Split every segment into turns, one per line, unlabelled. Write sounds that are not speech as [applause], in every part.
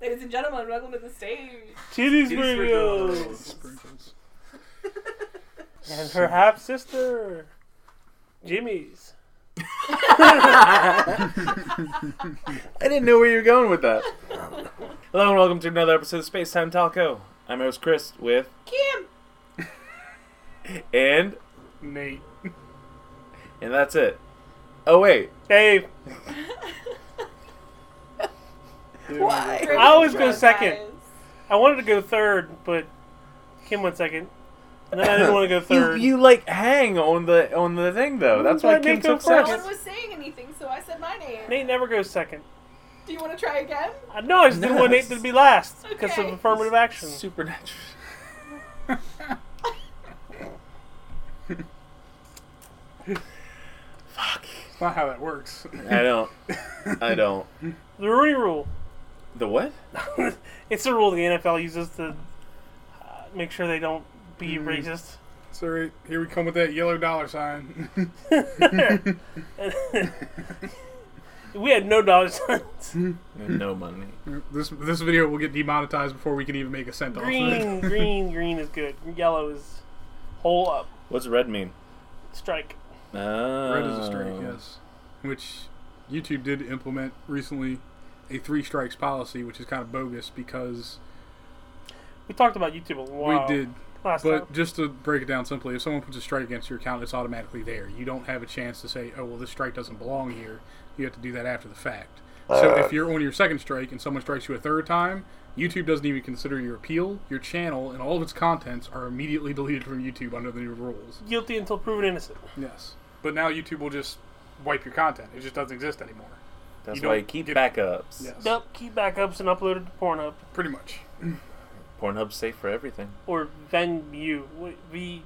Ladies and gentlemen, welcome to the stage. [laughs]
Titties
Titties for
videos.
[laughs] girls.
Sprinkles.
And perhaps sister. Jimmy's.
I didn't know where you were going with that.
Hello and welcome to another episode of Space Time Talco.
I'm your host Chris with
Kim!
and
Nate.
and that's it. Oh wait,
Hey,
Why?
I always go second. I wanted to go third, but Kim went second. And then I didn't want to go
you,
third.
you like hang on the on the thing though. That's why
Why'd they
Kim
go
took
No
first?
second.
one was saying anything, so I said my name.
Nate never goes second.
Do you want to try again?
I know I just didn't want Nate
Nice.
to be last because
Okay.
of affirmative action.
Supernatural. [laughs]
It's not how that works. [laughs]
I don't. I [laughs] don't.
The Rooney Rule.
The what?
It's a rule the NFL uses to uh, make sure they don't be racist. [laughs]
Sorry, here we come with that yellow dollar sign. [laughs]
we had no dollar signs.
No money.
this this video will get demonetized before we can even make a cent off of it.
green,
[laughs]
green, green is good. Yellow is hole up,
What's red mean?
strike.
Oh.
Red is a strike, yes. Which YouTube did implement recently a three strikes policy, which is kind of bogus because
We talked about YouTube a while.
we did.
last
But
time.
just to break it down simply, if someone puts a strike against your account, it's automatically there. You don't have a chance to say, oh, well, this strike doesn't belong here. You have to do that after the fact. So if you're on your second strike and someone strikes you a third time, YouTube doesn't even consider your appeal. Your channel and all of its contents are immediately [laughs] deleted from YouTube under the new rules.
Guilty until proven innocent.
Yes. But now YouTube will just wipe your content. It just doesn't exist anymore.
That's
You
why
don't
you keep
get-
backups.
Yes.
Yep, keep backups and uploaded to Pornhub
Pretty much.
Pornhub's safe for everything.
or Venu. V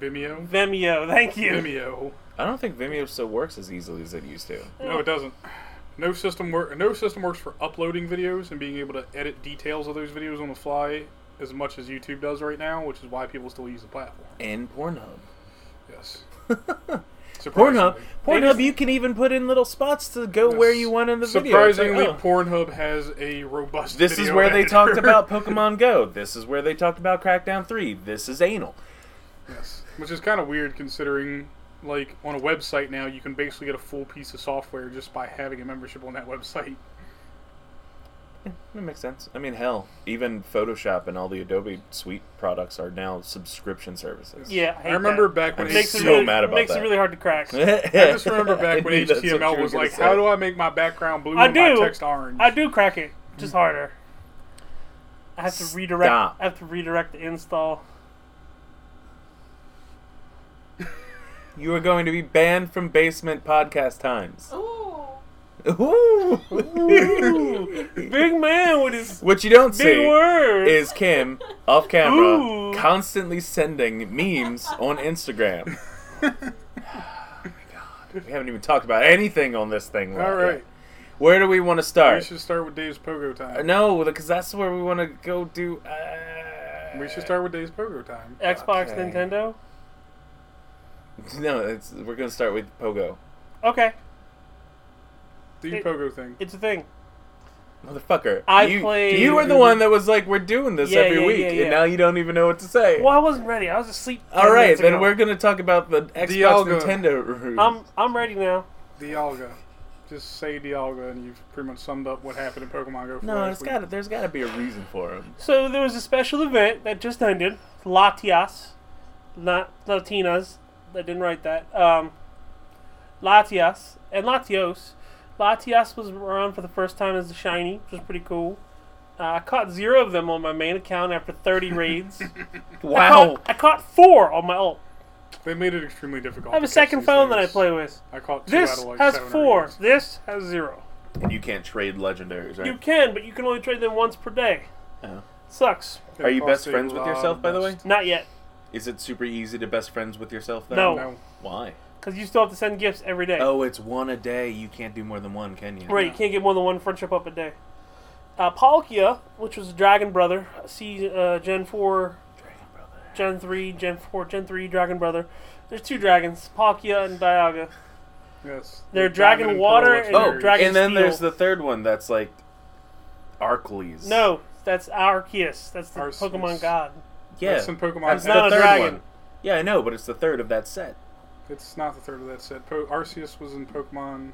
Vimeo.
Vimeo. [laughs] Thank you.
Vimeo.
I don't think Vimeo still works as easily as it used to.
No, it doesn't. No system work. No system works for uploading videos and being able to edit details of those videos on the fly as much as YouTube does right now, which is why people still use the platform.
And Pornhub. [laughs]
Yes.
Pornhub,
Surprisingly.
Pornhub, you can even put in little spots to go where you want in the video. It's like,
Surprisingly,
oh.
Pornhub has a robust.
this is
video
where they
editor.
talked
[laughs]
about Pokemon Go. This is where they talked about Crackdown Three. This is anal.
Yes. Which is kind of weird considering, like, on a website now, you can basically get a full piece of software just by having a membership on that website.
That makes sense. I mean, hell, even Photoshop and all the Adobe Suite products are now subscription services.
Yeah, I, hate
I remember
that.
back when
I'm
It
they
makes
so
it really,
mad about
makes
that.
it really hard to crack.
[laughs] I just
[laughs]
remember back when HTML was like, "How do I make my background blue
I
and my
do.
text orange?"
I do crack it, just harder. I have to redirect.
Stop.
I have to redirect the
[laughs]
install.
You are going to be banned from Basement Podcast Times.
Ooh.
Ooh.
Big man with his
what you don't
big
see
words.
is Kim off camera
Ooh.
constantly sending memes on Instagram.
[laughs]
Oh We haven't even talked about anything on this thing.
All right,
Where do we want to
we
start?
should start with Dave's Pogo time.
No, because that's where we want to go do. Uh...
We should start with Dave's Pogo time.
Xbox,
Okay.
Nintendo.
[laughs] No, it's, we're going to start with Pogo.
Okay,
Uh, The
It-
Pogo thing.
it's a thing.
Motherfucker.
I
you,
played-
You were the one that was like, we're doing this
Yeah,
every
yeah,
week,
yeah, yeah.
and now you don't even know what to say.
Well, I wasn't ready. I was asleep. 10
All right,
minutes
then
ago. Um,
we're going to talk about the Xbox
Dialga.
Nintendo review.
I'm I'm ready now.
Dialga. Just say Dialga, and you've pretty much summed up what happened in Pokemon Go. For
no,
last
it's
week.
got there's got to be a reason for him.
So there was a special event that just ended. Latias, not Latinas. I didn't write that. Um, Latias and Latios. Latias was around for the first time as a shiny, which was pretty cool. Uh, I caught zero of them on my main account after 30 raids. I,
Wow.
caught, I caught four on my ult.
They made it extremely difficult.
I have a
to catch
second
these
phone that I
things.
play with.
I caught two out
This
of like
has
seven or
four.
eight.
This has zero.
and you can't trade legendaries, right?
You can, but you can only trade them once per day.
Oh.
Sucks.
They
Are you
cost
best
a
friends with
lot
yourself,
of
by the way?
dust.
Not yet,
Is it super easy to best friends with yourself? Then?
No.
No.
Why?
because you still have to send gifts every day.
Oh, it's one a day. You can't do more than one, can you?
Right, you can't get more than one friendship up a day. Uh, Palkia, which was Dragon Brother, see uh, Gen 4,
Dragon Brother.
Gen 3, Gen 4, Gen 3, Dragon Brother. There's two dragons, Palkia and Dialga.
Yes.
They're
Diamond
dragon
and
water
Pearl
and
legendaries.
Oh,
Dragon
and then
Steel.
there's the third one that's like Arcles.
No, that's Arceus. That's the
Arceus.
Pokemon god.
Yeah.
That's some Pokemon.
That's
set.
not
the
a
third
dragon.
one. Yeah, I know, but it's the third of that set.
It's not the third of that set. Po- Arceus was in Pokemon.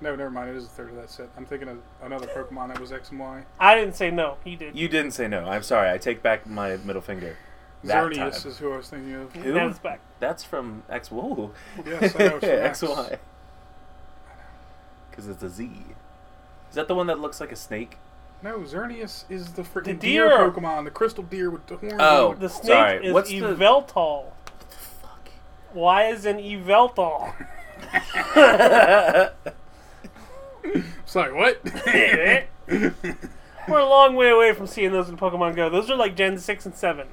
No, never mind. It is the third of that set. I'm thinking of another Pokemon that was X and Y.
I didn't say no. He did.
You didn't say no. I'm sorry. I take back my middle finger. That
Xerneas
time.
is who I was thinking of.
Who?
Now it's back.
That's from X. Whoa. [laughs]
Yes, I know, it's from X.
XY. Because it's a Z. Is that the one that looks like a snake?
No, Xerneas is the freaking
The
deer.
deer.
Pokemon, the crystal deer with the horns.
Oh.
The snake
Sorry,
is
what's the-
Eveltal.
Fuck. [laughs]
Why is an Eveltal?
It's like what? [laughs]
[laughs] We're a long way away from seeing those in Pokemon Go. Those are like Gen 6 and 7.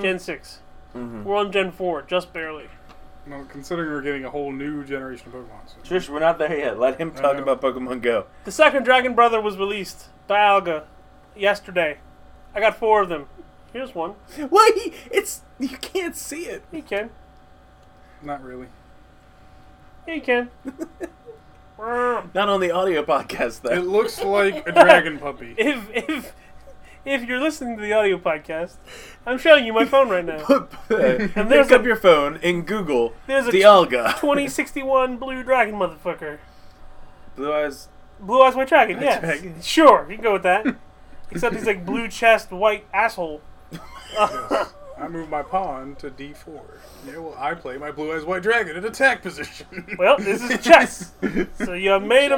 Gen 6. We're on Gen 4, just barely.
well, considering we're getting a whole new generation of Pokemon. So.
Trish, we're not there yet. Let him talk
know.
about Pokemon Go.
The second Dragon Brother was released by Alga yesterday. I got four of them. Here's one.
Why? It's you can't see it.
You can.
Not really.
Yeah, you can. Wow.
Not on the audio podcast
It
[laughs] though.
looks like a dragon puppy.
if if if you're listening to the audio podcast, I'm showing you my phone right now.
[laughs] and
there's
Pick up
a-
your phone and Google
There's a
Dialga. [laughs]
2061 Blue Dragon motherfucker.
Blue eyes.
Blue Eyes White Dragon, yes.
Dragon.
Sure, you can go with
[laughs]
that. Except he's like blue chest, white asshole.
I move my pawn to d4. Yeah, well, I play my blue eyes white dragon in attack position.
Well, this is chess. So you made a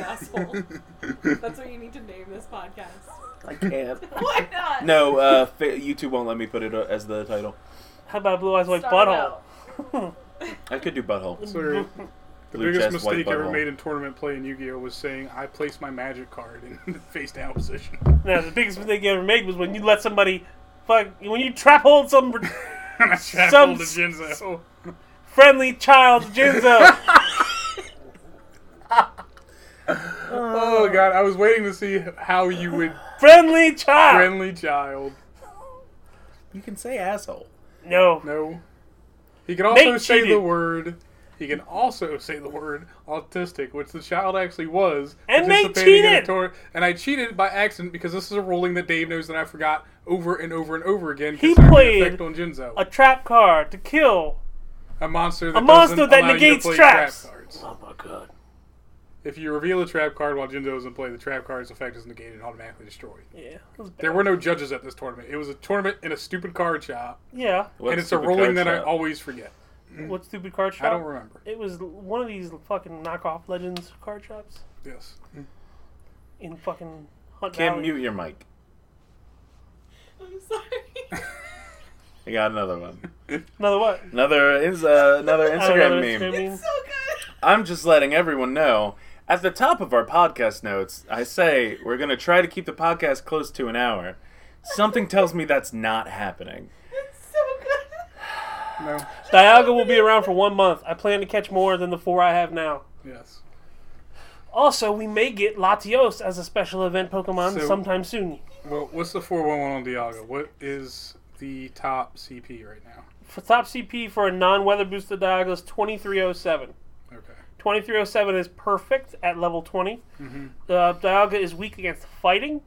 [laughs] Asshole. That's what you need to name this podcast.
I can't.
Why [laughs] not?
no, uh, fa- YouTube won't let me put it uh, as the title.
How about Blue Eyes White
Start it
Butthole?
out.
I could do butthole.
[laughs] Sorry. The
Blue
biggest
chest, white
mistake I ever
butthole.
made in tournament play in Yu-Gi-Oh was saying I place my magic card in [laughs] the face down position. [laughs]
Now, the biggest mistake you ever made was when you let somebody fuck. When you trap hold some
And I tried
Some
to hold the Jinzo.
friendly child,
[laughs]
Jinzo.
Oh god, I was waiting to see how you
[laughs]
would
friendly child.
friendly child.
You can say asshole.
no.
No. He can also
Nate
say the
cheated.
word. He can also say the word autistic, which the child actually was.
And Nate
participating in a
cheated!
tour- and I cheated by accident because this is a ruling that Dave knows that I forgot over and over and over again.
He
considering the
played
effect on Jinzo,
A trap card to kill.
a, monster that
a monster
doesn't
that
allow you to
negates
play
traps.
Trap cards.
Oh my god.
If you reveal a trap card while Jinzo is in play, the trap card's effect is negated and automatically destroyed.
Yeah. it was bad.
There were no judges at this tournament. It was a tournament in a stupid card shop,
Yeah.
What
and it's a
stupid
ruling
card
that I
shot?
always forget.
What stupid card shop?
I don't remember.
It was one of these fucking knockoff Legends card shops
Yes.
in fucking Hunt
Kim,
Valley.
mute your mic.
I'm
[laughs]
sorry.
I got another one.
Another what?
Another is uh,
[laughs]
another
I don't know,
Instagram meme.
Instagram
It's so good.
I'm just letting everyone know. At the top of our podcast notes, I say we're going to try to keep the podcast close to an hour. Something tells me that's not happening.
It's so good.
No.
Dialga will be around for one month. I plan to catch more than the four I have now.
Yes.
Also, we may get Latios as a special event Pokemon
So-
sometime soon.
Well, what's the 411 on Dialga? What is the top CP right now?
For top CP for a non-weather boosted oh Dialga is 2307.
Okay.
2307 is perfect at level 20. Uh, Dialga is weak against fighting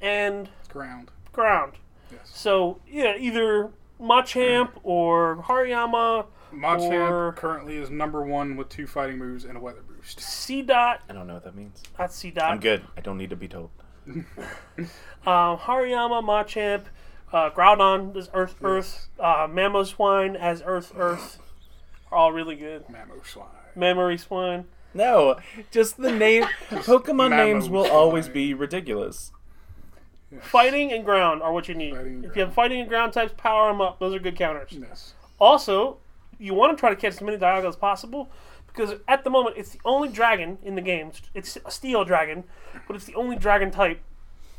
and
Ground.
ground.
Yes.
So, yeah, either Machamp or Hariyama,
Machamp
Or-
currently is number one with two fighting moves and a weather boost.
C dot,
I don't know what that means.
not C
I'm
dot,
good. I don't need to be told.
um, Hariyama, Machamp, uh, Groudon as Earth Earth, uh, Mamoswine as Earth Earth are all really good.
Mammo Slide.
Memory Swine.
No, just the
[laughs]
name. Pokemon names will
mammals.
always be ridiculous.
Fighting and ground are what you need.
Fighting and
If you have fighting and ground types, power them up. Those are good counters.
Yes.
Also, you want to try to catch as many Dialga as possible because at the moment it's the only dragon in the game. It's a steel dragon, but it's the only dragon type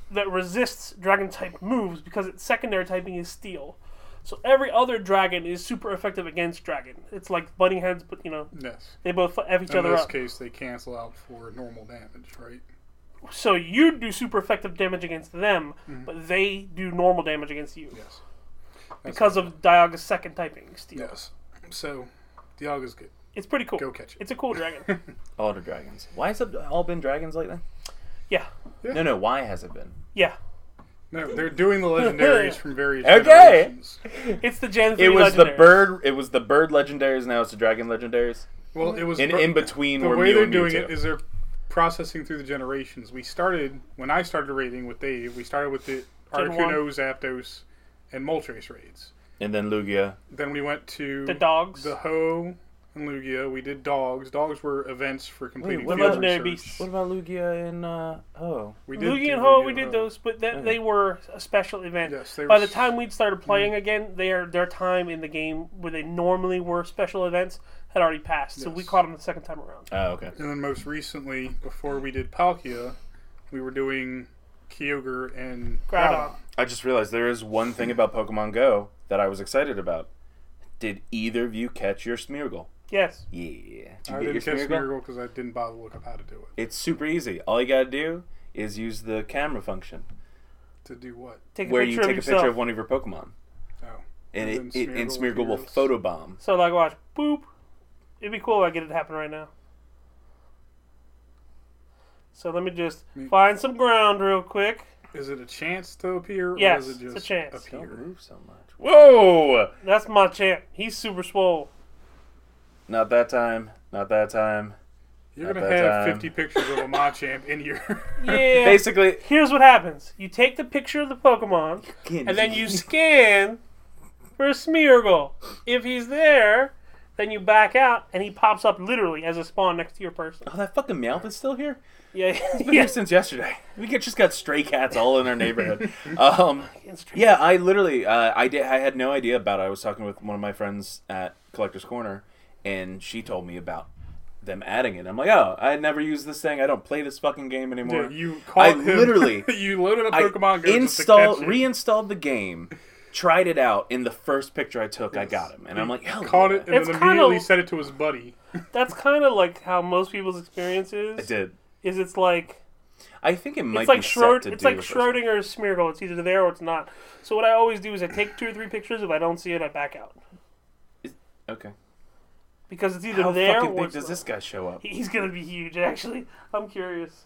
that resists dragon type moves because its secondary typing is steel. So every other dragon is super effective against dragon. It's like butting heads, but you know
Yes.
they both fu- F each
In
other
this
up.
case, they cancel out for normal damage, right?
So you do super effective damage against them,
Mm-hmm.
but they do normal damage against you
Yes.
because of Dialga's second typing steel.
Yes. So, Dialga's good.
It's pretty cool.
Go catch it. [laughs]
It's a cool dragon.
All the dragons. Why has it all been dragons lately?
Yeah.
No, no. Why has it been?
Yeah.
No,
[laughs]
they're doing the legendaries from various
Okay.
generations.
It's the Gen 3
It was the
legendaries.
bird. It was the bird legendaries. Now it's the dragon legendaries.
Well, it was
In in between,
the
were
way
Mew
they're
and
doing
Mewtwo.
it is they're processing through the generations. We started when I started raiding with Dave. We started with the
Gen one.
Articuno, Zapdos, and Moltres raids.
and then Lugia.
Then we went to
The dogs.
the Ho, and Lugia. We did dogs. Dogs were events for completing
what
field
about- Legendary
research.
beasts.
What about Lugia and uh, oh?
We did
Lugia
do
and Ho, we
Lugia
did
and Ho.
those, but that, they were a special event.
Uh-huh. Yes, they
By
were mm.
the time we'd started playing again, their their time in the game where they normally were special events had already passed. So we
Yes.
caught them the second time around.
Oh, okay.
And then most recently, before we did Palkia, we were doing Kyogre and
Groudon.
I just realized there is one thing about Pokemon Go that I was excited about. Did either of you catch your Smeargle?
Yes.
Yeah. Did you
I
get your
didn't catch
Smeargle?
Smeargle because I didn't bother to look up how to do it.
It's super easy. All you gotta do is use the camera function
To do what?
Take a
where
picture
you take
of
a
yourself.
picture of one of your Pokemon,
Oh.
and
And
it,
then
it and
Smeargle
Smeargle will
appears.
photobomb.
So like watch boop. It'd be cool if I get it to happen right now. So let me just
Me-
find some ground real quick.
Is it a chance to appear?
Yes,
or is it
it's
just
a chance.
Don't
Appear?
move so much. Whoa!
That's my champ. He's super swole.
Not that time. Not that time.
You're
At
gonna
that
have
time.
50 pictures of a Machamp in your.
[laughs]
[laughs]
Yeah.
Basically,
Here's what happens. You take the picture of the Pokemon and then
[laughs]
you scan for a Smeargle. If he's there, then you back out and he pops up literally as a spawn next to your person.
Oh, that fucking Meowth is still here.
Yeah. [laughs]
Been here since yesterday. We get, just got stray cats all in our neighborhood. um,
It's true.
yeah, I literally, uh, I did. I had no idea about. it. I was talking with one of my friends at Collector's Corner, and she told me about them adding it. I'm like, oh, I never used this thing. I don't play this fucking game anymore.
Yeah, you called
I
him.
literally-
[laughs] you loaded up
I
Pokemon Go
installed,
just to catch him.
reinstalled the game, tried it out. In the first picture I took, I got him, and I'm like, hell
Caught
yeah.
it and
It's
then
kinda-
immediately sent it to his buddy.
That's kind of like how most people's experience
I
is.
did.
Is it's like
I think it might
it's like
be set
Schroed,
to
it's
do
like
with this.
Schrodinger's Smeargle. It's either there or it's not. So what I always do is I take two or three pictures. If I don't see it, I back out
Okay.
because it's either
How
there
fucking
or
big
it's
does
not.
this guy show up?
He- He's gonna be huge. Actually, I'm curious.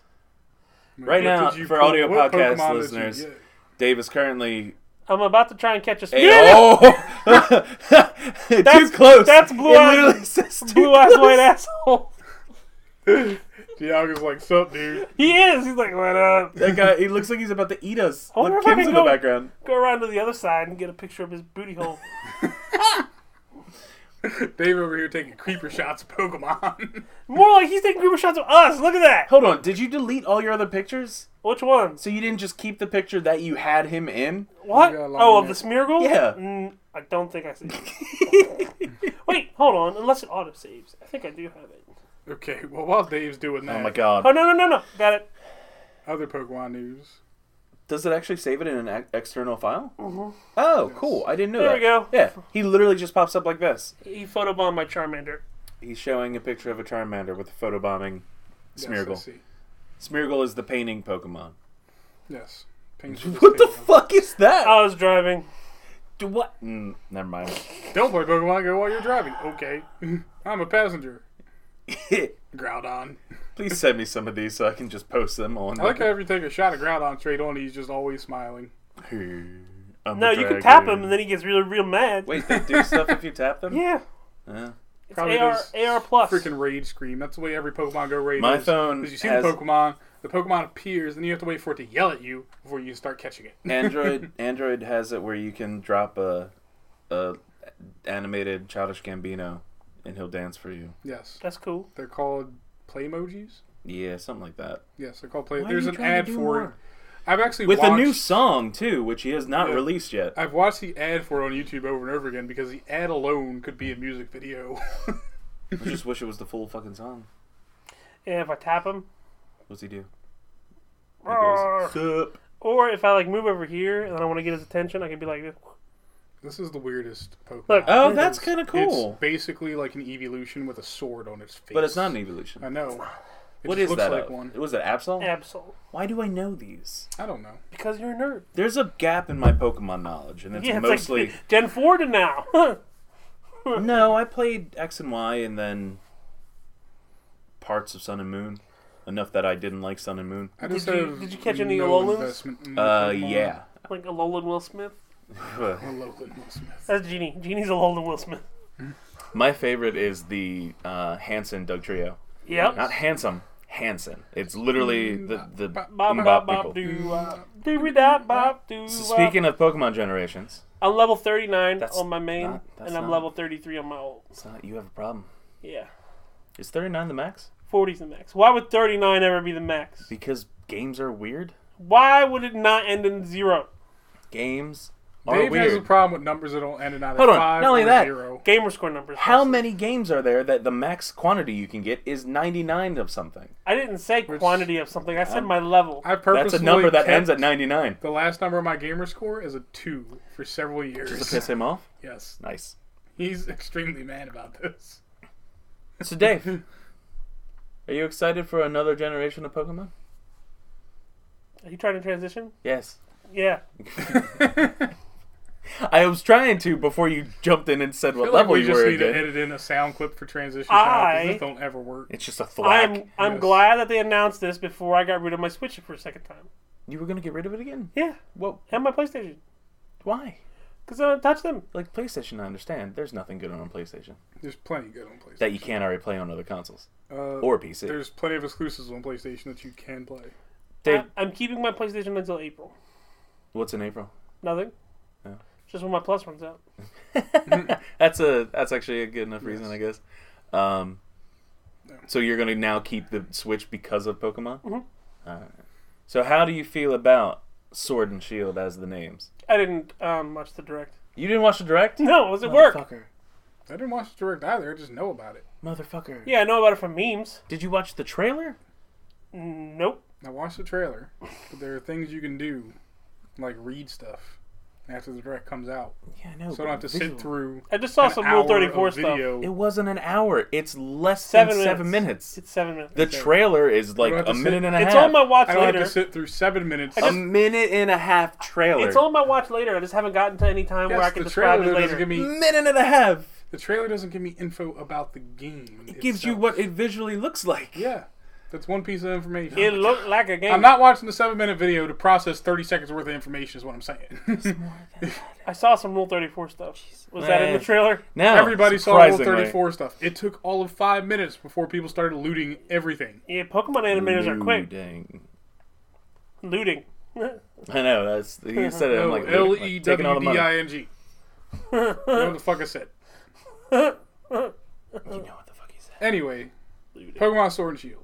Right now,
did you
for
pull-
audio
what
podcast
Pokemon did you
listeners,
get?
Dave
[laughs]
is currently.
I'm about to try and catch a
Hey,
Smeargle.
oh, [laughs] too
That's-
close.
that's blue
It
eyes-
literally [laughs] says too
Blue eyes,
[laughs]
close.
white asshole.
Dialga's like, sup, dude.
He is. He's like, what up?
That guy. He looks like he's about to eat us.
I wonder
Look,
if I
Kim's
can
in the
go-
background.
Go around to the other side and get a picture of his booty hole.
Dave over here taking creeper shots of Pokemon. [laughs]
More like he's taking group shots of us. Look at that.
Hold on. Did you delete all your other pictures?
Which ones?
So you didn't just keep the picture that you had him in?
What?
You got a long
Oh, of the
neck.
Smeargle?
Yeah.
Mm, I don't think I see.
[laughs]
it. Wait, hold on. Unless it auto saves, I think I do have it.
okay, well, while Dave's doing that,
Oh my
Oh
god.
no no no no! Got it.
other Pokemon news.
Does it actually save it in an ex- external file? Oh, cool. I didn't know
Mm-hmm. There
that.
we go.
Yeah. He literally just pops up like this.
He photobombed my Charmander.
He's showing a picture of a Charmander with a photobombing
Yes, I
Smeargle.
see.
Smeargle is the painting Pokemon.
Yes.
[laughs]
Pings with
What the
tail.
fuck is that?
I was driving.
Do what? Mm, never mind. [laughs]
Don't play Pokemon Go while you're driving. Okay. [laughs] I'm a passenger. Groudon.
Please send me some of these so I can just post them on.
I like how if you take a shot of Groudon straight on, he's just always smiling.
No, you can tap him and then he gets real real mad.
Wait, they do stuff if you tap
[laughs]
them.
Yeah.
Yeah.
It's
Probably
AR
just
AR plus.
Freaking rage scream. That's the way every Pokemon Go raid
My
is.
phone
'Cause you see
has-
the Pokemon, the Pokemon appears, and you have to wait for it to yell at you before you start catching it. [laughs]
Android Android has it where you can drop a, a animated childish Gambino, and he'll dance for you.
yes.
That's cool.
They're called Playmojis?
Yeah, something like that.
Yes, they're called Play.
Why are
There's
you
an
trying to
ad
do
for it.
more?
I've actually
With
watched,
a new song too, which he has not
Yeah.
[laughs]
released yet.
I've watched the ad for it on YouTube over and over again because the ad alone could be a music video. [laughs]
I just wish it was the full fucking song.
And if I tap him,
What's he do? He
Roar.
goes, Sup.
or if I like move over here and I want to get his attention, I can be like, this.
This is the weirdest Pokemon.
Look.
Oh,
Here
that's
it is.
kind of cool.
It's basically like an evolution with a sword on its face.
but it's not an evolution.
I know. It
What
just
is
looks
that?
like
of?
one.
Was it Absol?
Absol.
Why do I know these?
I don't know.
Because you're a nerd.
There's a gap in my Pokemon knowledge, and it's
yeah, it's
mostly
like [laughs] Gen 4 to now. [laughs]
no. I played X and Y, and then parts of Sun and Moon. enough that I didn't like Sun and Moon.
I
Did
just
you-
have
did you catch any
no
Lolans?
investment in
Uh,
Pokemon.
yeah.
Like Alolan Will Smith?
Alolan Will Smith.
That's Genie. Genie's Alolan Will Smith.
[laughs] My favorite is the uh, Hanson Doug Trio.
Yep.
Not handsome, Hanson. It's literally the the
Bop
Mbop
bop bop
people.
doo wop. doo we dop bop doo
So
wop.
speaking of Pokemon generations,
I'm level 39
That's
on my main,
not- that's
and I'm
not-
level 33 on my old.
it's not, you have a problem.
Yeah.
Is 39 the max?
40's the max. Why would 39 ever be the max?
Because games are weird.
Why would it not end in zero?
Games are
Dave has a
weird.
problem with numbers that don't end in either
Hold on,
five
not only
or
that,
zero.
Gamer score numbers.
How many games are there that the max quantity you can get is 99 of something?
I didn't say quantity of something. I said my level.
I
That's
purposely
a number that
kept
ends at 99.
The last number of my gamer score is a two for several
Just
years.
to piss him off?
Yes,
Nice.
he's [laughs] extremely mad about this.
So,
[laughs]
Dave, are you excited for another generation of Pokemon?
Are you trying to transition?
Yes.
Yeah.
I was trying to before you jumped in and said
I
what
feel like
level
we
you
just
were
need to
again.
edit in a sound clip for transition
I-
time 'cause this don't ever work.
It's just a thwack.
I'm I'm
Yes.
glad that they announced this before I got rid of my Switch for a second time.
You were gonna get rid of it again?
Yeah.
Well,
And my PlayStation.
why?
Because I don't touch them.
Like PlayStation, I understand. There's nothing good on PlayStation
There's plenty good on PlayStation.
that you can't already play on other consoles
Uh,
or PC.
there's plenty of exclusives on PlayStation that you can play.
Dave,
I, am keeping my PlayStation until April.
what's in April?
Nothing.
Yeah.
Just when my Plus runs out.
[laughs] that's a that's actually a good enough reason,
Yes.
I guess. Um, so you're gonna now keep the Switch because of Pokemon. Mm-hmm. right. So how do you feel about Sword and Shield as the names?
I didn't um, watch the direct. [laughs]
You didn't watch the
[laughs]
direct?
No, it was at work.
Motherfucker.
I didn't watch the direct either. I just know about it.
Motherfucker.
Yeah, I know about it from memes.
Did you watch the trailer?
Nope.
I watched the trailer, but there are things you can do, like read stuff after the direct comes out,
Yeah, I know.
so I don't have to sit through.
I just saw
an
some
hour
Rule
of
34 stuff.
video.
Oh, It wasn't an hour. It's less
Seven
than seven
minutes.
minutes.
It's seven minutes.
The trailer is like
You don't
a
have to
minute
sit-
and a half.
It's on my watch
I don't
later.
have to sit through seven minutes.
a minute and a half trailer.
It's on my watch later. I just haven't gotten to any time
Yes,
where I can
the
describe
trailer
it later.
doesn't give me
minute and a half.
the trailer doesn't give me info about the game.
It gives you what it visually looks like.
Yeah, that's one piece of information.
it looked like a game.
I'm not watching the seven minute video to process thirty seconds worth of information. Is what I'm [laughs] saying.
I saw some Rule 34 stuff. Was that in the
Man.
trailer?
Now
Everybody saw Rule
surprisingly,
34 stuff. It took all of five minutes before people started looting everything.
Yeah, Pokemon animators are quick.
looting.
Looting.
I know that's you said it. I'm
[laughs]
No,
like
L
like,
E
taking all the
W D
money.
I N G. You know what the fuck I said.
You know what the fuck he said.
Anyway,
Looting.
Pokemon Sword and Shield.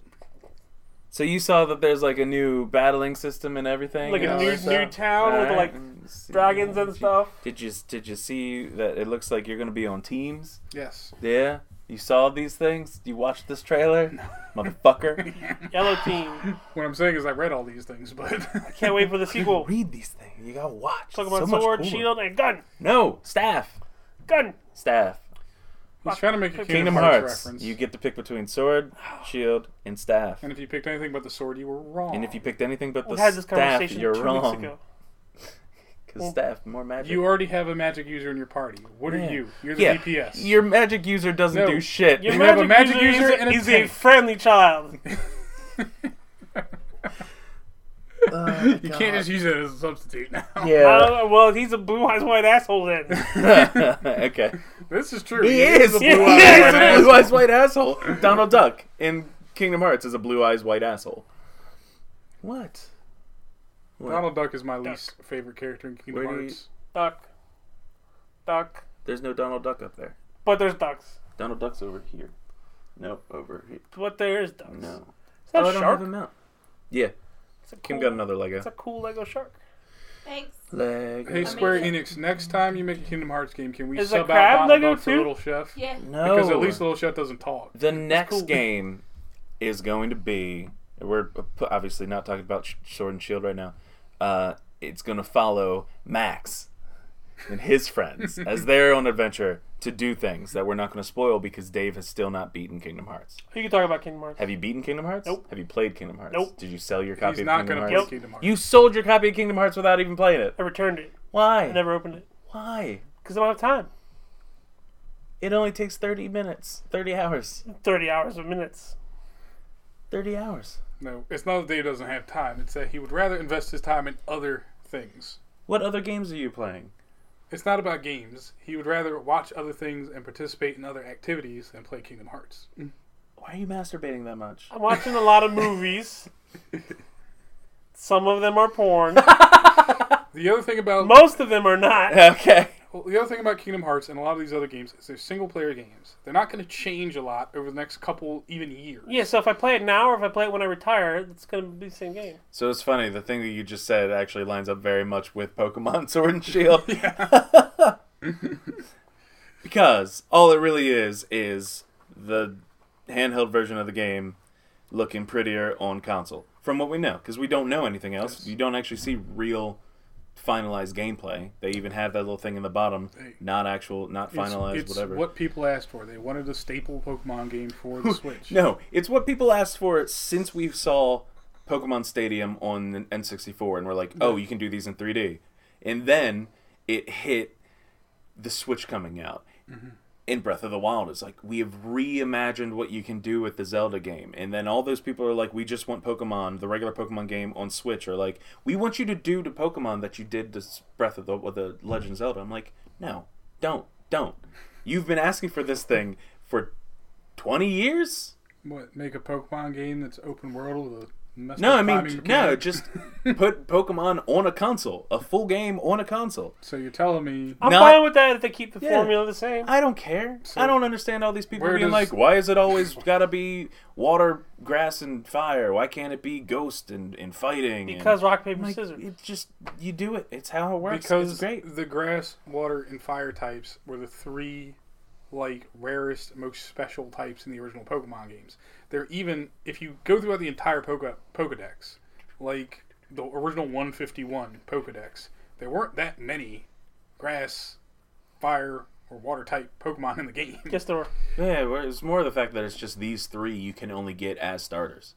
So you saw that there's like a new battling system and everything.
Like
and
a
Yeah,
new,
it's, uh,
new town with
Alright,
like
let me see.
dragons and
Did you-
stuff.
Did you did you see that it looks like you're gonna be on teams?
Yes.
Yeah. You saw these things? You watched this trailer? [laughs] Motherfucker.
[laughs] Yellow team.
What I'm saying is I read all these things, but
Can't wait for the sequel.
Read these things. You gotta watch. It's
Pokemon
so much
Sword,
cooler.
Shield, and Gun.
No, staff.
Gun.
Staff.
[laughs] He's trying to make a
Kingdom
Kingdom
Hearts.
Hearts reference.
You get to pick
[sighs]
between sword, shield, and staff.
and if you picked anything but the sword, you were wrong.
And if you picked anything but the
We had this
staff,
conversation
you're
two weeks
wrong.
ago.
Because staff, more magic.
you already have a magic user in your party. What
Yeah.
are you? You're the
yeah.
DPS.
Your magic user doesn't
No.
do shit.
Your
You have a magic
user,
user
is,
and a
is a
tank.
friendly child.
[laughs]
Uh,
you can't just use it as a substitute now.
[laughs]
[laughs] yeah.
Uh, well, he's a blue eyes white asshole then.
[laughs] okay.
[laughs] This is true.
He is.
a
He [laughs] is
blue-eyed white
a
ass.
blue eyes white asshole. [laughs] Donald Duck in Kingdom Hearts is a blue eyes white asshole. What?
Donald Duck is my least favorite character in Kingdom
Where do you-
Hearts.
Duck. Duck.
There's no Donald Duck up there.
But there's ducks.
Donald Duck's over here. Nope, over here.
But there is ducks.
No.
It's not
oh,
a
I don't
shark.
have him out. Yeah,
It's a cool,
Kim got another Lego.
It's a cool Lego shark.
Thanks.
Lego.
Hey Square Enix, next time you make a Kingdom Hearts game, can we
Is a
sub
crab
out Donald
Lego
Duck to
too?
Little Chef?
Yeah.
no.
Because at least Little Chef doesn't talk.
the next
cool.
game is going to be. We're obviously not talking about Sh- Sword and Shield right now. Uh, it's going to follow Max and
[laughs]
his friends as they're on adventure to do things that we're not going to spoil because Dave has still not beaten Kingdom Hearts.
You can talk about Kingdom Hearts.
Have you beaten Kingdom Hearts?
Nope.
Have you played Kingdom Hearts?
Nope.
Did you sell your copy
He's
of
not
Kingdom
gonna
Hearts?
play Kingdom Hearts.
You sold your copy of Kingdom Hearts without even playing it.
I returned it.
Why?
I never opened it.
Why?
Because I don't have time.
It only takes 30 minutes, 30 hours,
30 hours of minutes.
30 hours.
No, it's not that he doesn't have time. It's that he would rather invest his time in other things.
What other games are you playing?
It's not about games. He would rather watch other things and participate in other activities than play Kingdom Hearts.
Why are you masturbating that much?
I'm watching a lot of movies. Some of them are porn.
The other thing about
Most of them are not.
[laughs] Okay.
Well, the other thing about Kingdom Hearts and a lot of these other games is they're single player games. They're not going to change a lot over the next couple, even years.
Yeah, so if I play it now or if I play it when I retire, it's going to be the same game.
So it's funny, the thing that you just said actually lines up very much with Pokemon [laughs] Sword and Shield. [laughs] because all it really is is the handheld version of the game looking prettier on console, from what we know. Because we don't know anything else. You don't actually see real finalized gameplay. They even have that little thing in the bottom,
Hey.
not actual, not
It's-
finalized,
it's
whatever.
what people asked for. They wanted a staple Pokemon game
[laughs]
for the Switch.
No, it's what people asked for since we saw Pokemon Stadium on the N64, and we're like, oh, you can do these in 3D. And then it hit the Switch coming out. And Breath of the Wild is like, we have reimagined what you can do with the Zelda game. And then all those people are like, we just want Pokemon, the regular Pokemon game on Switch, or like, we want you to do to Pokemon that you did to s- Breath of the, with the Legend of Zelda. I'm like, no, don't, don't. You've been asking for this thing for 20 years?
What, make a Pokemon game that's open world with a messed
No,
up
I
climbing
mean, no, [laughs]
mechanic?
just put Pokemon on a console, a full game on a console.
So you're telling me
I'm
Not-
fine with that if they keep the
Yeah.
formula the same.
I don't care. I don't understand all these people
Where
being
does-
like, why is it always got to be water, grass, and fire? Why can't it be ghost and, and fighting? and-"
Because rock, paper,
I'm like,
scissors.
it just, you do it. It's how it works.
because
it's great.
the grass, water, and fire types were the three like rarest, most special types in the original Pokemon games. They're even if you go throughout the entire Poke- Pokedex, like the original 151 Pokedex, there weren't that many grass, fire, or water type Pokemon in the game.
Yes, there were.
Yeah, well, it's more the fact that it's just these three you can only get as starters,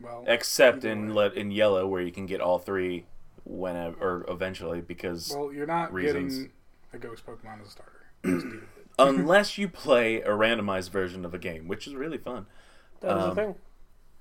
Well,
except in le- in yellow where you can get all three whenever or eventually because
well, you're not
reasons.
getting a ghost Pokemon as a starter. Just deal with it.
unless you play a randomized version of a game, which is really fun.
That was
Um,
the thing.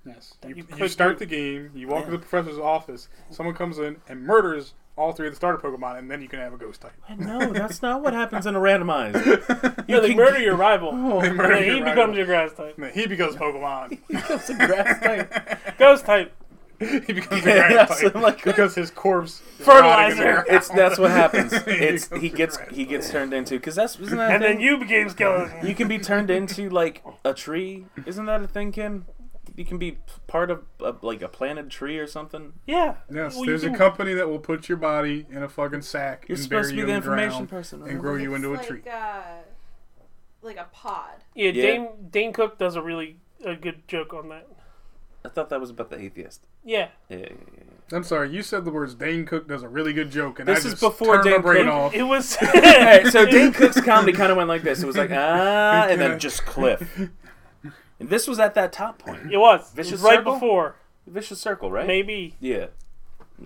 Yes.
you
You, you
click
start the game, you walk to the professor's office, someone comes in and murders all three of the starter Pokemon, and then you can have a ghost type.
No, that's not what happens in a randomized.
No, they
can-
murder your rival.
[laughs]
They murder
and then
your
he
rival.
becomes your grass type.
And then [laughs] he
[laughs]
becomes Pokemon.
That's a grass type.
Ghost type.
[laughs] he
[laughs]
becomes
Yeah,
a
yeah,
grass type.
so I'm like-
because his corpse is
Fertilizer.
rotting in there.
[laughs] It's that's what
[laughs]
happens. It's
becomes
he
a
gets
grass
he gets turned into because that's isn't that a
And then
thing?
you
[laughs]
became skeleton.
you can be turned into like a tree. Isn't that a thing, Kim? You can be part of a, like a planted tree or something.
Yeah.
Yes,
Well, you
there's a
can-
company that will put your body in a fucking sack
You're
and bury
supposed to be
you
the
in the
information
ground
person.
and grow you
It's
into a
like,
tree.
Uh, like a pod.
Yeah,
Yeah.
Dane, Dane Cook does a really a good joke on that.
I thought that was about the atheist.
Yeah.
[laughs] Yeah, yeah, yeah.
I'm sorry, you said the words Dane Cook does a really good joke, and
This
I
is
just
before
turned
Dane
my brain
Cook.
off.
It was. [laughs]
Alright, so Dane Cook's comedy kind of went like this. It was like ah, and then just cliff. And this was at that top point,
It was. it
Vicious
was right
Circle?
before.
vicious circle, right? [laughs]
Maybe.
Yeah.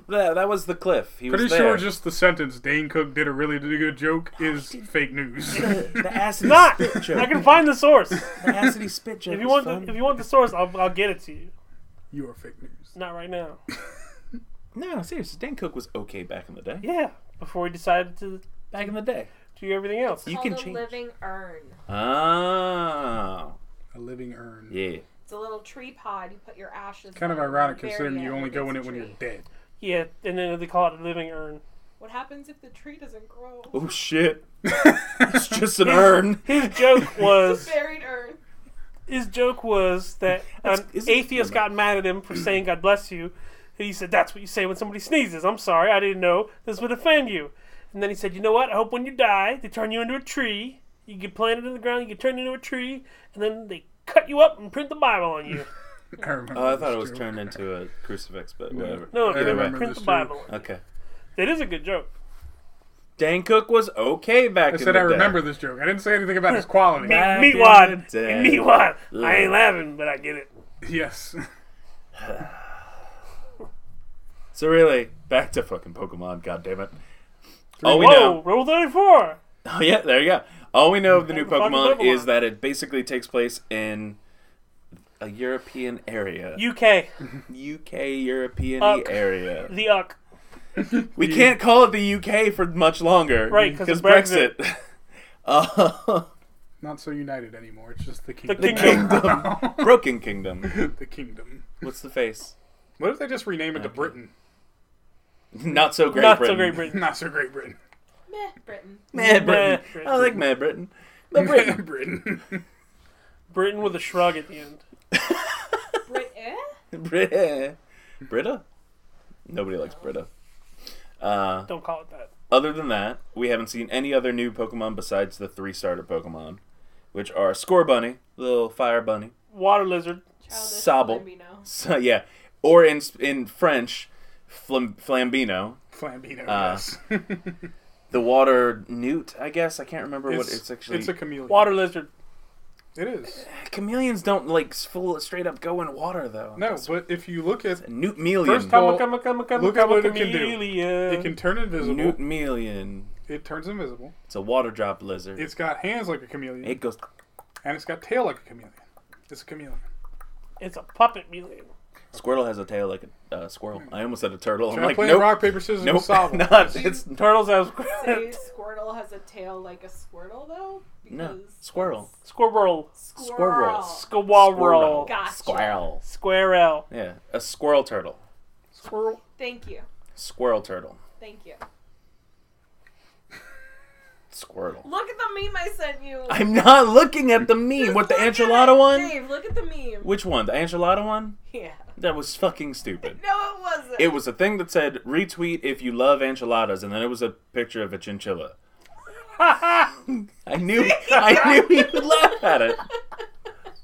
That, that was the cliff. He
Pretty
was there.
sure just the sentence Dane Cook did a really good joke is fake news.
the [laughs] acid
Not.
spit joke.
I can find the
[laughs]
source.
the acid spit joke.
If you want, the, if you want the source, I'll, I'll get it to you.
[laughs] you are fake news.
Not right now.
no, seriously, Dan Cook was okay back in the day.
Yeah. Before he decided to
Back in the day.
do everything else.
You
Called
can
a
change.
living urn.
Oh,
A living urn.
yeah.
It's a little tree pod. You put your ashes.
Kind of
in,
ironic
bury
considering
it,
you only
and
go
it's
in
a
it when you're
tree.
dead. [laughs]
Yeah, and then they call it a living urn.
What happens if the tree doesn't grow?
Oh shit. [laughs] it's just an urn.
His
[laughs]
joke was
Buried urn.
his joke was that an
That's- isn't-
atheist got mad at him for saying "God bless you." And he said, "That's what you say when somebody sneezes." I'm sorry, I didn't know this would offend you. And then he said, "You know what? I hope when you die, they turn you into a tree. You get planted in the ground, you get turned into a tree, and then they cut you up and print the Bible on
[laughs]
you.
I remember.
Oh, I
this
thought it was
joke.
turned into a crucifix, but whatever.
No,
I
they
remember
print
this
the
too.
Bible. on you.
Okay.
That is a good joke.
Dan Cook was okay back
I
in
said
the
I
day.
remember this joke. I didn't say anything about his quality.
Back in
Meatwad,
the day.
meatwad. I ain't laughing, but I get it.
[laughs] yes. [laughs]
So really, back to fucking Pokemon. God damn it. All Oh, we
Whoa,
know.
Rule Thirty Four.
Oh [laughs] yeah, there you go. All we know of the new
the fucking
Pokemon,
Pokemon.
is that it basically takes place in uh, a European area.
UK,
UK European
Uck. [laughs]
area.
the Uck.
We can't call it the UK for much longer,
Right, 'cause of
Brexit. [laughs] Uh,
Not so united anymore. It's just the
The
kingdom.
Kingdom.
Broken Kingdom.
[laughs] the kingdom.
What's the face? [laughs]
What if they just rename it to Britain?
Not so great.
Not
Britain.
so Great Britain.
Not so Great Britain. [laughs]
Meh, Britain.
Mad
Meh,
Britain. I like Mad Britain. Mad Britain.
[laughs] Britain.
Britain with a shrug at the end.
Brit eh?
[laughs]
[laughs] Brit- Brita. Nobody likes Brita. Uh,
Don't call it that.
other than that, we haven't seen any other new Pokemon besides the three starter Pokemon, which are Score Bunny, little fire bunny,
Water lizard.
Childish
Sobble.
Flambino.
So yeah, or in in French, flam, flambino,
Flambino.
Uh,
yes.
the water newt. I guess I can't remember what it's actually.
[laughs] It's a chameleon.
Water lizard.
It is.
Chameleons don't like s- full straight up go in water though.
No, but if you look at
Newt Million.
First time-
Come
Well,
on, come on, come on, come on,
look at
come on,
what it can do.
chameleon.
it can turn invisible.
Newt Million.
It turns invisible.
It's a water drop lizard.
It's got hands like a chameleon,
it goes.
and it's got tail like a chameleon. It's a chameleon.
It's a puppet chameleon.
Squirtle has a tail like a uh, squirrel. I almost said a turtle.
Try
I'm like
playing
nope,
rock paper scissors
nope, [laughs]
with Sobble.
not. It's
Turtles have
Say Squirtle has a tail like a Squirtle though? Because
[laughs] no squirrel.
squirrel,
Squirrel.
squirrel,
Gotcha.
Squirrel.
[laughs] squirrel.
Yeah, a squirrel turtle.
Squirrel.
Thank you.
Squirrel turtle.
Thank you.
Squirtle.
Look at the meme I sent you.
I'm not looking at the meme.
Just
What the
look at
enchilada
it.
one?
Dave, look at the meme.
Which one? The enchilada one?
yeah.
That was fucking stupid.
No, it wasn't.
It was a thing that said retweet if you love enchiladas, and then it was a picture of a chinchilla. I knew, I knew you would laugh at it.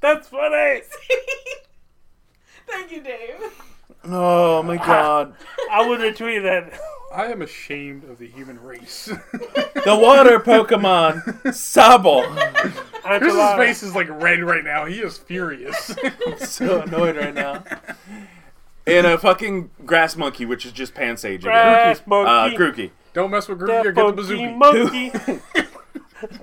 That's funny.
[laughs] Thank you, Dave.
Oh my god,
I would retweet that. [laughs]
I am ashamed of the human race. [laughs]
the water Pokemon Sobble.
His
Enchilada. [laughs]
face is like red right now. He is furious. [laughs]
so annoyed right now. And a fucking grass monkey, which is just pansage.
Grass
Uh,
monkey.
Grookey.
Don't mess with Groovy or
That
get the
monkey,
bazooki.
monkey.
[laughs]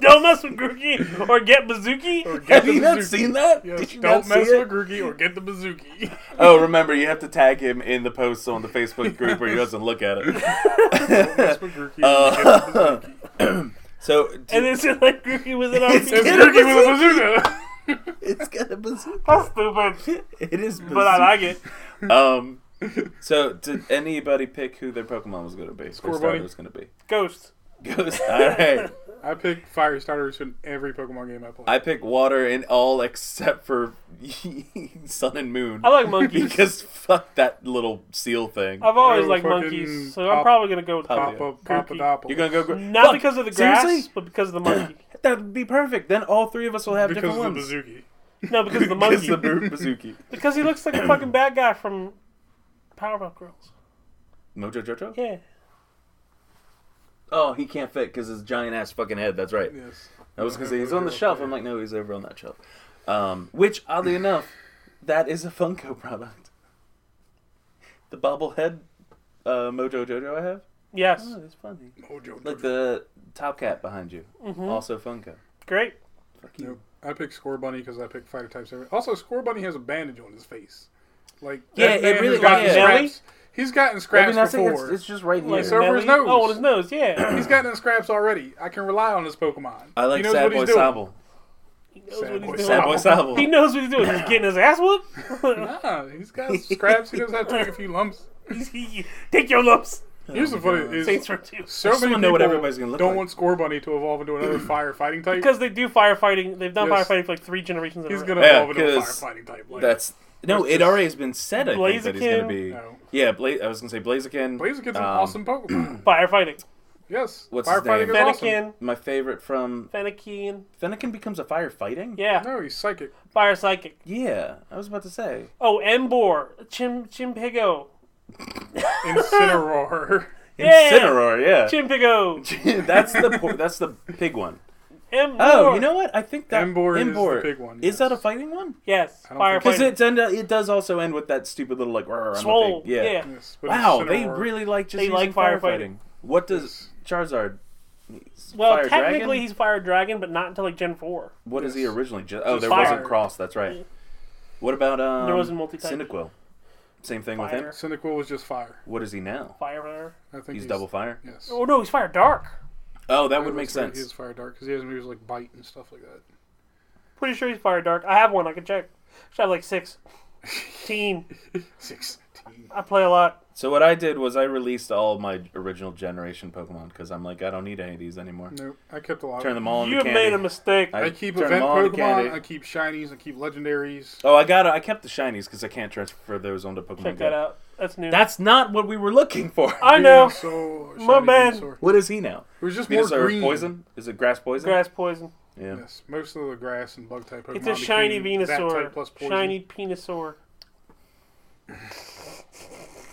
Don't mess with Grookey or get Bazooki.
Get
Have
the
you not
bazooki.
seen that?
Yes,
Did you
don't
not see
mess
it?
with Grookey or get
[laughs]
the bazooki.
Oh, remember, you have to tag him in the post on the Facebook group where he doesn't look at
mess
[laughs]
it. [laughs]
with Grookey or get the bazooki.
Uh, [clears throat] so,
and it's just like Grookey was an
It's-
RPG.
[laughs] It's Grookey with a bazooka.
it's got a bazooka.
[laughs] That's stupid,
It is
but I like it.
it. Um, so, did anybody pick who their Pokemon was going to be?
Score
Score
Bunny.
was going to be.
Ghost.
Ghost.
[laughs]
All right.
I pick fire starters in every Pokemon game I play.
I pick water in all except for [laughs] Sun and Moon.
I like
[laughs]
monkeys.
because fuck that little seal thing.
I've always
Oh,
liked
fucking
monkeys, so
pop-
I'm probably gonna go with
pop-
Papa, Papadopoulos.
Oh, You're gonna go gr-
Not
Fuck,
because of the grass,
seriously?
but because of the
[coughs]
monkey.
That'd be perfect. Then all three of us will have
because
different
of the
ones.
Bazooki.
No, because of the monkey.
Because
[laughs]
the Boo- Bazooki.
Because he looks like a fucking bad guy from Powerpuff Girls.
Mojo Jojo?
Yeah.
Oh, he can't fit because his giant ass fucking head. That's right.
Yes.
I was gonna say he's on the shelf. I'm like, no, he's over on that shelf. Um, which, oddly enough, that is a Funko product. The bobblehead uh, Mojo Jojo I have.
Yes.
Oh, that's funny.
Mojo.
Like the top cat behind you,
Mm-hmm.
also Funko.
Great.
Fuck you.
Nope. I pick Score Bunny because I pick fighter types. every- Also, Score Bunny has a bandage on his face. Like
Yeah,
that
it
man has
really-
gotten
yeah.
scraps. He's gotten
Maybe
scraps
not saying it's,
before.
it's just right
Like
here.
so- over his
Nelly-
nose.
Oh, on his nose. Yeah.
[coughs]
[clears throat] He's gotten scraps already. I can rely on this Pokemon.
I
he
like
knows
Sad
what
Boy
he's doing.
Sobble.
He knows what he's doing.
Sad Boy
He
Sobble.
knows what he's doing. He's getting his ass whooped. [laughs]
Nah, he's got scraps. He knows how to take a
[laughs]
few lumps.
He's- he- take your lumps.
Here's the funny is
Saints Row 2.
so
just wanna
many people
know what everybody's gonna look
don't
like.
want Score Bunny to evolve into another firefighting type.
Because they do firefighting. They've done
Yes.
firefighting for like three generations in
he's
a
gonna
row.
Yeah,
evolve into a
'cause
firefighting type. Like,
That's no. It already has been said. I think that he's
Blaziken.
gonna be.
No.
Yeah, Bla- I was gonna say Blaziken.
Blaziken's an
Um, [clears throat]
awesome Pokemon.
Firefighting.
yes,
what's his
firefighting
name?
is awesome.
Fennekin.
My favorite from
Fennekin.
Fennekin becomes a fire fighting.
Yeah.
No, he's psychic. [laughs]
Fire psychic.
Yeah, I was about to say.
Oh, Embor. Chim Chimpigo.
Incineroar.
Yeah.
Incineroar, yeah.
Chimpigo.
[laughs] that's the por- that's the pig one.
Embor.
Oh, you know what? I think that
Embor is the big one,
Is that a
yes.
fighting one?
Yes.
I don't think-
Firefighting.
Because it end, it does also end with that stupid little like. "Rrr, I'm a pig."
Swole.
Yeah.
yeah.
Yes, but
Wow, they
Incineroar-
really like just
They
using
like
firefighting.
firefighting.
What does Charizard? he's
Well,
Fire
technically
Dragon?
he's Fire Dragon, but not until like Gen four.
What is he originally? Just, oh,
Just
there
fire.
wasn't cross. That's right. What about um,
There wasn't multi-type.
Cyndaquil? Same thing with him.
Fire.
Cyndaquil was just fire.
What is he now?
Fire.
I think
He's, double fire.
Yes.
Oh no, he's fire dark.
Oh, that would make
That's right,
sense.
He is fire dark because he has moves like bite and stuff like that.
Pretty sure he's fire dark. I have one. I can check. Should have like
[laughs]
six. Teen.
Sixteen.
I play a lot.
So what I did was I released all of my original generation Pokemon because I'm like I don't need any of these anymore.
Nope. I kept a lot.
Turn
of
them all into
You have
candy.
made a mistake.
I-
I keep
turn
event
them all into
Pokemon.
candy.
I keep shinies. I keep legendaries.
Oh, I got I kept the shinies because I can't transfer those onto Pokemon
Check
Go.
that out. That's new.
That's not what we were looking for.
I know.
So
My man.
It
What is he now?
was just more
Venusaur
green.
poison? Is it grass poison?
Grass poison.
Yeah.
Yes, most of the grass and bug type Pokemon.
It's a shiny
became that type
Venusaur.
plus poison.
Shiny Penisaur.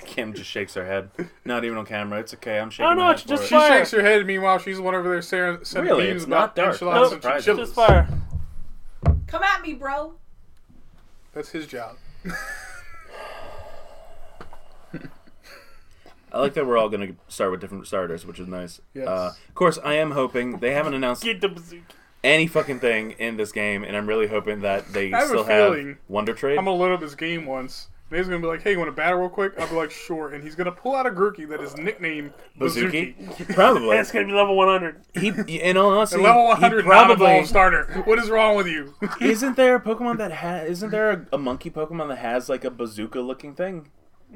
Kim just shakes
[laughs]
her head. Not even on camera. It's okay. I'm shaking.
Oh,
Oh
no,
no,
it's just
She
Fire.
shakes her head. Meanwhile, she's the one over there staring. sending
Really?
memes
It's not
about
dark.
enchiladas
Nope.
I'm
and
surprised.
chinchillas.
Just fire.
Come at me, bro.
That's his job.
I like that we're all gonna start with different starters, which is nice.
Yes.
Uh, of course, I am hoping they haven't announced
Get the bazooka.
any fucking thing in this game, and I'm really hoping that they
have a
still have
feeling
Wonder Trade.
I'm gonna load up his game once. And he's gonna be like, "Hey, you want to battle real quick?" I'll be like, "Sure." And he's gonna pull out a Grookey that is nicknamed
Bazooki? [laughs]
Bazooki.
Probably.
That's gonna be level 100.
he, in all honesty,
And level
he
100
probably
non-evolved starter. What is wrong with you? [laughs]
isn't there a Pokemon that has. Isn't there a, a monkey Pokemon that has like a bazooka looking thing?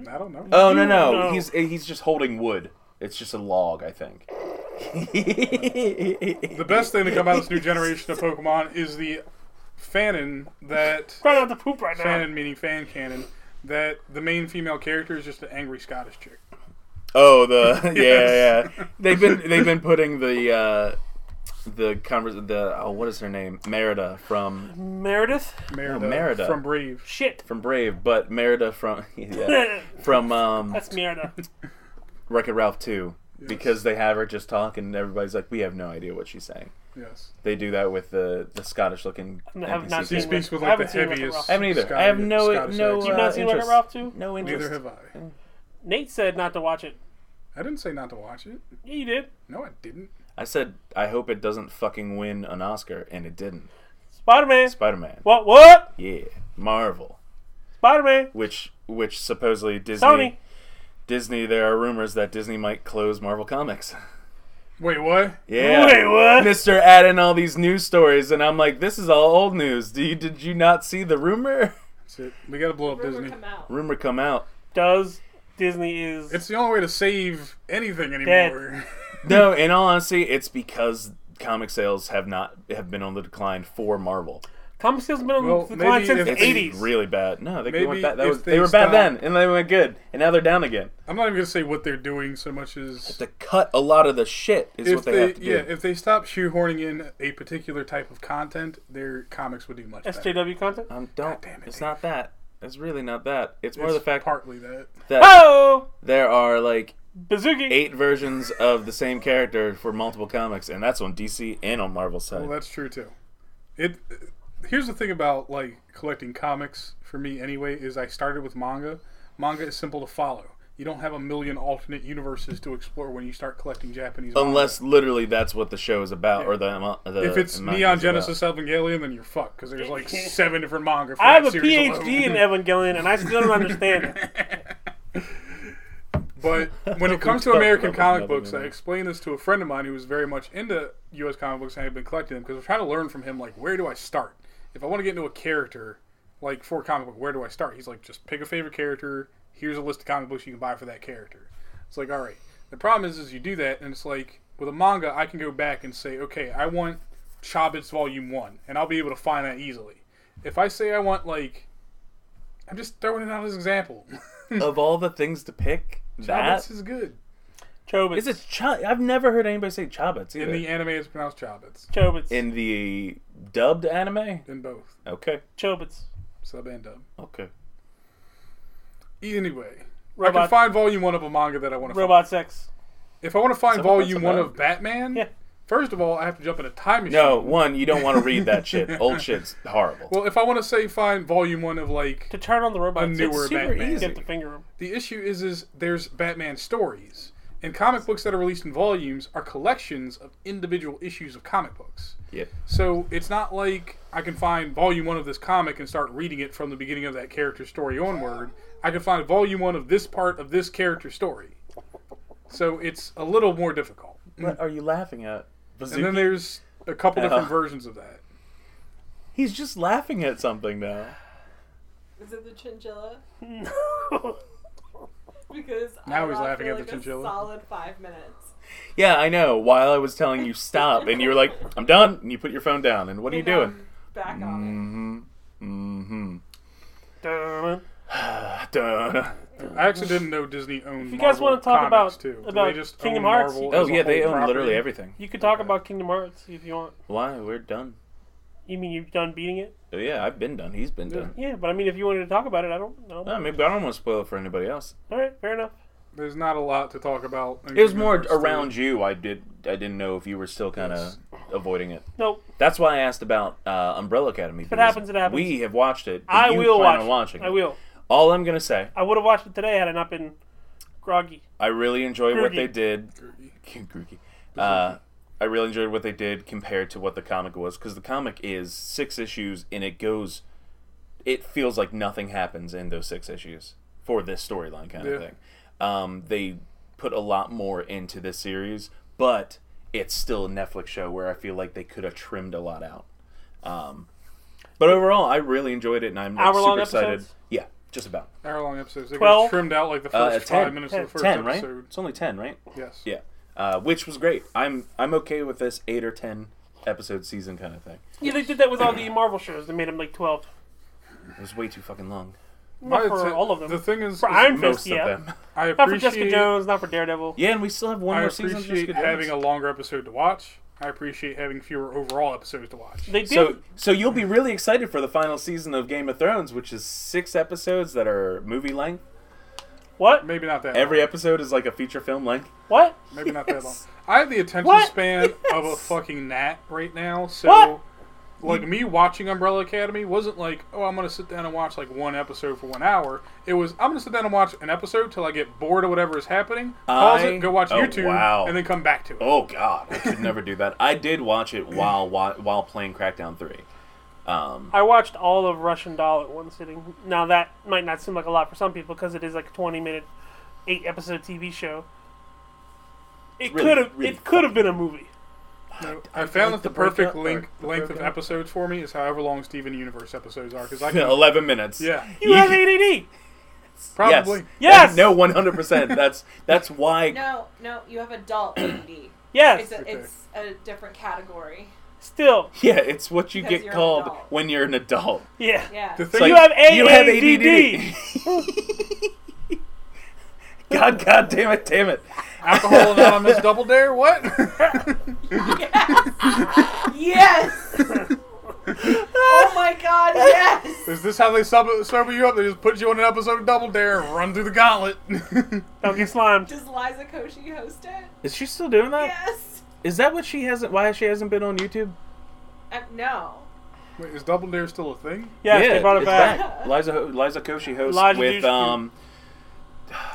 I don't know.
Oh no no,
No.
he's he's just holding wood. It's just a log, I think. [laughs]
the best thing to come out of this new generation of Pokemon is the Fanon that
Trying not to poop right now.
Fanon meaning fan canon that the main female character is just an angry Scottish chick.
Oh, the [laughs] yeah,
Yes.
yeah.
[laughs]
They've been they've been putting the uh, the convers the oh what is her name Merida from
Meredith?
Merida,
Merida.
from Brave.
Shit.
from Brave, but Merida from [laughs] yeah, from
[laughs]
um
That's Merida.
Wreck It Ralph two because they have her just talk and everybody's like we have no idea what she's saying.
Yes.
They do that with the the Scottish looking.
I have not
NPCs.
seen
She speaks with
I
like the
haven't seen Wreck-It
heaviest.
Ralph.
I haven't either. I have no- no,
You've
uh,
not seen Wreck-It
interest.
Ralph 2?
No interest.
Neither have I.
Nate said not to watch it.
I didn't say not to watch it.
Yeah, you did.
No, I didn't.
I said I hope it doesn't fucking win an Oscar and it didn't.
Spider-Man.
Spider Man.
what? What?
Yeah. Marvel.
Spider-Man.
Which which supposedly Disney
Sony.
Disney, there are rumors that Disney might close Marvel Comics. [laughs]
Wait, what?
Yeah.
Wait, what?
Mister adding all these news stories, and I'm like, this is all old news. Do you, did you not see the rumor? [laughs]
That's it. We gotta blow up
Rumor
Disney.
come out.
Rumor come out.
Does Disney is...
It's the only way to save anything anymore. [laughs]
No, in all honesty, it's because comic sales have not have been on the decline for Marvel.
Comic sales have been on
Well,
the decline
maybe
since
if
the
they-
It's
80s.
really bad. No, they
Maybe
weren't bad. That
if
was, they,
they
were bad
stop-
then, and they went good, and now they're down again.
I'm not even gonna say what they're doing so much as
To cut a lot of the shit is
if
what they,
they,
have to do.
yeah, if they stop shoehorning in a particular type of content, their comics would do much better.
SJW content?
Uh-huh.
um, don't.
damn it,
it's
Dave.
not that. It's really not that. It's more
It's Ah!
the fact
partly that.
that
Oh!
there are like
Bazooki.
eight versions of the same character for multiple comics, and that's on DC and on Marvel's side.
Well, that's true too. It here's the thing about like collecting comics for me anyway is I started with manga. Manga is simple to follow. You don't have a million alternate universes to explore when you start collecting Japanese. manga.
Unless literally that's what the show is about, or the, the
if it's
manga
Neon
is
Genesis Evangelion, then you're fucked because
[laughs]
there's like seven different manga. For
I have
that
a
series
PhD
[laughs]
in
alone.
Evangelion, and I still don't understand
[laughs]
it.
But when it comes to
Don't
American
remember
comic
another
books, I
name.
explained this to a friend of mine who was very much into U.S. comic books and had been collecting them because I'm trying to learn from him, like, where do I start? If I want to get into a character, like, for a comic book, where do I start? He's like, just pick a favorite character. Here's a list of comic books you can buy for that character. It's like, all right. The problem is, is you do that, and it's like, with a manga, I can go back and say, okay, I want Chobits Volume 1, and I'll be able to find that easily. If I say I want, like, I'm just throwing it out as an example. [laughs]
about. Of all the things to pick, that
Chobits is good.
Chobits.
is it. Ch- I've never heard anybody say Chobits either.
In the anime, it's pronounced Chobits.
Chobits.
In the dubbed anime.
In both
Okay.
Chobits.
sub and dub.
Okay.
[laughs] Anyway, I can
Robot,
find volume one of a manga that I want to.
robot sex.
Find. If I want to find
Is that what
volume
that's
one
about?
of Batman,
Yeah.
first of all, I have to jump in a time machine.
No, one, you don't want to read that shit.
[laughs]
Old shit's horrible.
Well, if I want to say find volume one of like
To turn on the robot,
A newer
it's super
Batman.
easy.
easy.
Get the finger him.
the issue is is there's Batman stories And comic books that are released in volumes are collections of individual issues of comic books.
Yep.
So it's not like I can find volume one of this comic and start reading it from the beginning of that character's story onward. I can find volume one of this part of this character's story. So it's a little more difficult.
What are you laughing at? Bazooki?
And then there's a couple
Yeah.
different versions of that.
He's just laughing at something now.
Is it the chinchilla?
No.
Because
Now
I
he's
rocked
laughing
for
at the
like a
chinchilla.
Solid five minutes.
Yeah, I know. While I was telling you stop, and you were like, "I'm done," and you put your phone down. And what are you
And now
doing?
I'm Back on
Mm-hmm. Mm-hmm.
[laughs] Dun.
Duh.
I actually didn't know Disney owned.
you guys
Marvel
wanna talk
comics,
about-
too. Do
about
they just
Kingdom
own
Hearts,
Marvel
you-
as
Oh
a
yeah, they
whole
own literally
property?
everything.
You could talk
Okay.
about Kingdom Hearts if you want.
Why? We're done.
You mean you've done beating it?
Oh, yeah, I've been done. He's been done.
Yeah, but I mean, if you wanted to talk about it, I don't know.
Um.
Oh, maybe I don't want to spoil it for anybody else.
All right, fair enough.
There's not a lot to talk about. in
It was
Kingdom
more
Hearts three.
around you. I did. I didn't know if you were still kind of avoiding it.
Nope.
That's why I asked about uh, Umbrella Academy. If
it happens, it happens.
We have watched it. but
I
you
will
plan
watch.
on watching.
it. I
it.
will.
All I'm gonna say,
I would have watched it today had I not been groggy.
I really enjoy what
Grookey.
they did. [laughs] Grookey. Uh, I really enjoyed what they did compared to what the comic was because the comic is six issues and it goes. It feels like nothing happens in those six issues for this storyline kind
Yeah.
of thing. Um, they put a lot more into this series, but it's still a Netflix show where I feel like they could have trimmed a lot out. Um, but overall, I really enjoyed it and I'm like,
Hour-long
super excited.
episodes?
Yeah, just about.
hour-long episodes. They could
Twelve.
have trimmed out like the
Uh,
first
at
five
10,
minutes of the first
10, right?
episode.
It's only 10, right?
Yes.
Yeah, uh, which was great. I'm I'm okay with this eight or ten episode season kind of thing.
Yeah, they did that with all the Marvel shows. They made them like twelve.
It was way too fucking long.
Not
But
for
it's-
all of them.
The thing is,
For
is
Iron Fist,
Most
yeah.
of them.
I
Not for Jessica
appreciate,
Jones. Not for Daredevil.
Yeah, and we still have one
I
more season. of
appreciate
Jessica
having a
Jones.
longer episode to watch. I appreciate having fewer overall episodes to watch.
They did.
so so you'll be really excited for the final season of Game of Thrones, which is six episodes that are movie length.
what?
Maybe not that.
Every
long.
episode is like a feature film length.
What?
Maybe not that long.
Yes.
I have the attention
What? [laughs]
span of a fucking gnat right now, so
What?
like me watching Umbrella Academy wasn't like, oh, I'm gonna sit down and watch like one episode for one hour. It was I'm gonna sit down and watch an episode till I get bored of whatever is happening, pause
I-
it, go watch
oh,
YouTube,
wow.
and then come back to it.
Oh God, I could never do that. I did watch it while while, while playing Crackdown Three. [laughs] Um,
I watched all of Russian Doll at one sitting. Now that might not seem like a lot for some people because it is like a twenty-minute, eight-episode TV show. It
really-
could have.
really
it could have been a movie.
No, I found
like
that the
the
perfect
breakout or
link,
the
length of
breakout.
episodes for me is however long Steven Universe episodes
[laughs]
are because I can,
Eleven minutes.
yeah,
You have ADD.
probably.
Yes.
No, one hundred percent. That's
[laughs]
that's
Mm-hmm.
why.
No, no, you have
[coughs]
adult ADD. It's
Yes.
a, it's a different category.
Still.
[laughs] Yeah, it's what you
Because
get
you're an
called
adult.
when you're an adult.
Yeah.
Yeah.
The
It's
thing
You
like,
have AADD.
AADD. [laughs] God, God damn it, damn it. [laughs]
Alcohol Anonymous Double Dare, what?
[laughs]
[laughs] [laughs]
yes. oh my God! Yes.
Is this how they sober, sober you up? They just put you on an episode of Double Dare and run through the gauntlet. [laughs]
Don't get slimed.
Does Liza Koshy host it?
Is she still doing
Uh,
that?
Yes.
Is that what she hasn't? Why she hasn't been on YouTube?
Uh, no.
Wait, is Double Dare still a thing?
Yes, they brought it
it's
back.
[laughs] Liza, Ho- Liza Koshy hosts
Liza
with
Dushku.
um.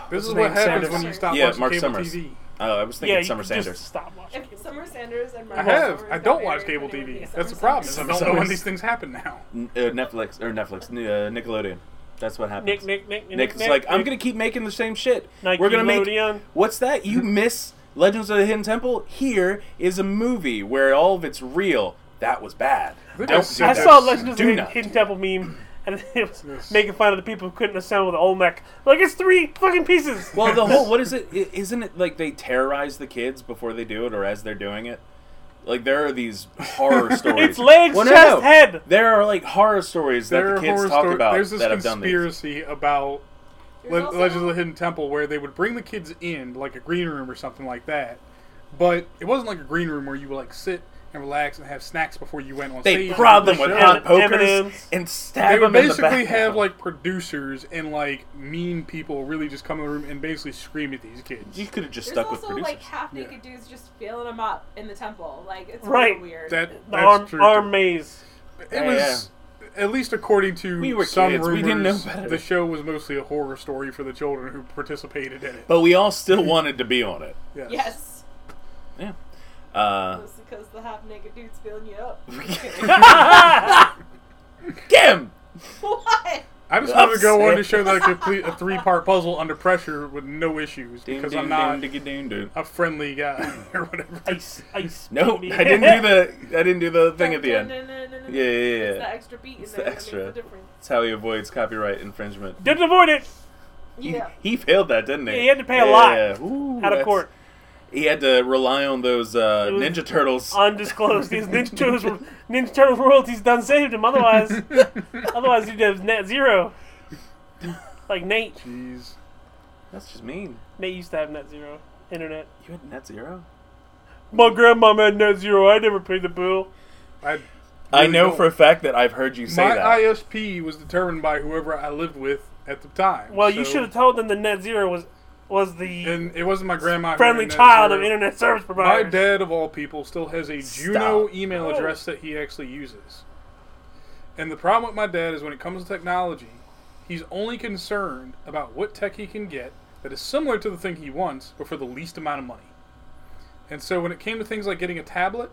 This is
his
what
name?
happens
Sanders.
when you stop
Yeah,
watching
Mark
cable
Summers.
TV.
Oh, I was thinking
Yeah, you
Summer
can
Sanders.
Just stop watching.
If Summer Sanders and
I
Mark
have.
Summers
I
got
don't
married,
watch cable
her name would be
TV.
Summer
That's the problem. is I
Sanders.
don't know
Summers.
when these things happen now.
N- uh, Netflix or Netflix, n- uh, Nickelodeon. That's what happens.
Nick, Nick, Nick, Nick,
Nick's
Nick,
like, I'm
Nick,
gonna keep making the same shit.
Nike
We're gonna make
Lodeon.
What's that?
[laughs]
You miss Legends of the Hidden Temple? Here is a movie where all of it's real. That was bad.
think
Don't
I
do
saw-
I
that.
saw Legend of
Do
the Hidden-
not
Hidden
do that.
Temple meme, and [laughs] it was
Yes.
making fun of the people who couldn't assemble the Olmec. Like it's three fucking pieces.
[laughs] Well, the whole what is
[laughs]
it? i- Isn't it like they terrorize the kids before they do it or as they're doing it? Like there are these
[laughs]
horror stories.
It's legs,
Well, no,
chest,
no.
head.
There are like horror stories that the kids talk
story-
about
There's this
that have done these.
conspiracy about
There's
Le-
also-
Legends of the Hidden Temple where they would bring the kids in, like a green room or something like that. But it wasn't like a green room where you would like sit and relax and have snacks before you went on
They
stage.
prod them
and
with
do the
M-
show.
hot pokers
M&Ms.
and
they
stab
would
them in the
basically
back.
have like producers and like mean people really just come in the room and basically scream at these kids.
You could have just
There's
stuck with
also
producers.
like half naked dudes just feeling them up in the temple. Like it's
Right.
really weird.
That
The
that's
arm,
true.
arm maze.
it
Yeah,
was at least according to
We were
some
kids, we
rumors,
didn't know better.
the show was mostly a horror story for the children who participated in it.
But we
[laughs]
all still wanted to be on it.
Yes.
Yes.
Yeah. Uh,
That's because the half naked dude's filling you
[laughs]
up. [laughs]
Kim!
what?
I just wanted to go on to
Upset.
show that I could complete a three-part puzzle under pressure with no issues because I'm not a friendly guy [laughs] or whatever.
Ice, ice.
[laughs]
[laughs]
No,
baby.
I didn't do the. I didn't do the thing at the end.
Yeah,
Yeah, yeah,
It's the
yeah.
extra beat in
It's the
there.
extra.
That makes a difference.
That's how he avoids copyright infringement.
Didn't avoid it.
He,
Yeah.
he failed that, didn't he?
Yeah, he had to pay a lot
Yeah. Ooh,
Out
that's-
of court.
He had to rely on those uh,
It was
Ninja Turtles.
Undisclosed. These Ninja Turtles, were- Ninja Turtles royalties done saved him. Otherwise,
[laughs]
otherwise he'd have net zero. Like Nate.
Jeez.
That's just mean.
Nate used to have net zero internet.
You had net zero.
My grandma had net zero. I never paid the bill.
I,
I
Really
know
don't.
for a fact that I've heard you say
my
that.
ISP was determined by whoever I lived with at the time.
Well, you
so-
should have told them the net zero was was the
And it wasn't my grandma. who
friendly
ran that
child
zero.
of internet service
My
providers.
dad, of all people, still has a Juno email address that he actually uses. And the problem with my dad is when it comes to technology, he's only concerned about what tech he can get that is similar to the thing he wants, but for the least amount of money. And so when it came to things like getting a tablet,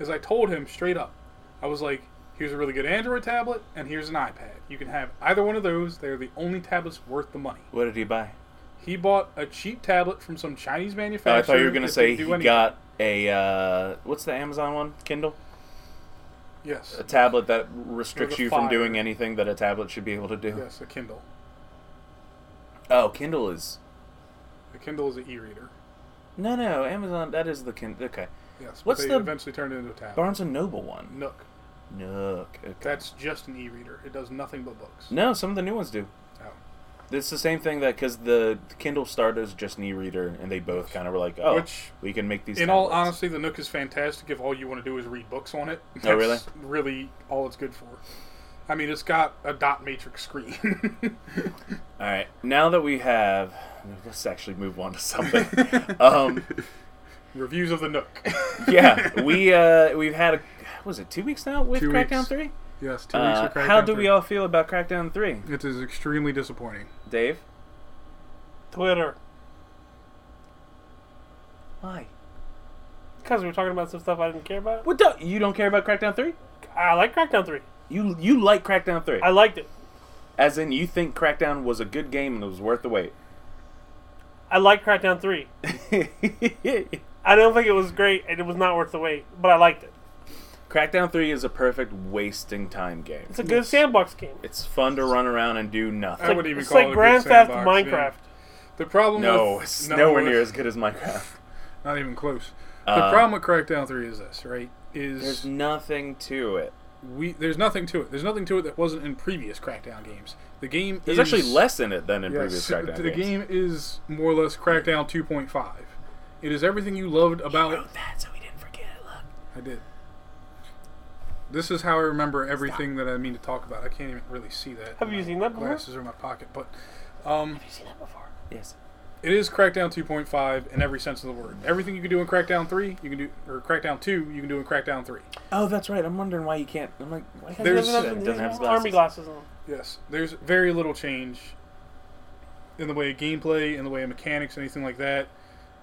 as I told him straight up, I was like, here's a really good Android tablet, and here's an iPad. You can have either one of those, they're the only tablets worth the money.
what did he buy?
He bought a cheap tablet from some Chinese
Oh,
manufacturer.
I thought you were gonna
that
say
didn't
he
do anything.
got a uh, what's the Amazon one? Kindle,
Yes.
a tablet that restricts
With a
you from
fire.
doing anything that a tablet should be able to do.
Yes, a Kindle.
Oh, Kindle is
The Kindle is an e-reader.
no, no. Amazon that is the Kindle. Okay,
Yes. but
What's
they
the-
eventually turned it into a tablet.
Barnes and Noble one.
Nook.
Nook. Okay.
That's just an e-reader. It does nothing but books.
no. Some of the new ones do.
Oh.
It's the same thing that because the Kindle started as just an e-reader, and they both kind of were like, "Oh,
Which,
we can make these."
in all
tablets.
honesty, the Nook is fantastic if all you want to do is read books on it. That's
Oh, really?
Really, all it's good for. I mean, it's got a dot matrix screen. [laughs]
All right, now that we have, let's actually move on to
[laughs]
something. um,
Reviews of the Nook.
[laughs] yeah, we uh, we've had a, was it two weeks now with
Two
Crackdown
weeks.
Three?
[laughs] yes. Two
Uh, how do we all feel about Crackdown Three,
It is extremely disappointing.
Dave?
Twitter.
Why?
Because we were talking about some stuff I didn't care about.
What the? You don't care about Crackdown Three?
I like Crackdown 3.
You you like Crackdown Three?
I liked it.
As in, you think Crackdown was a good game and it was worth the wait?
I like Crackdown 3. I don't think it was great and it was not worth the wait, but I liked it.
Crackdown Three is a perfect wasting time game.
It's a good sandbox game.
It's fun to run around and do nothing.
I wouldn't even
It's
call it
like
a good
Grand Theft
sandbox, yeah.
Minecraft.
The problem.
No,
with,
it's
no,
nowhere
with-
near as good as Minecraft.
Not even close.
Uh,
the problem with Crackdown Three is this, right? Is
There's nothing to it.
we there's nothing to it. There's nothing to it that wasn't in previous Crackdown games. The game
There's
is,
actually less in it than in
Yes,
previous Crackdown
the
games.
game is more or less Crackdown 2.5. It is everything you loved about.
that so we didn't forget it. Look.
I did. This is how I remember everything that I mean to talk about. I can't even really see that.
Have you
My
seen that before?
Glasses are in my pocket, but um,
Have you seen that before?
Yes.
it is Crackdown 2.5 in every sense of the word. Everything you can do in Crackdown 3, you can do, or Crackdown 2, you can do in Crackdown 3.
Oh, that's right. I'm wondering why you can't. I'm like, why can't
There's-
He
you do
doesn't
that?
have-
It
he
doesn't
doesn't
have
have army glasses on.
Yes, there's very little change in the way of gameplay, in the way of mechanics, anything like that.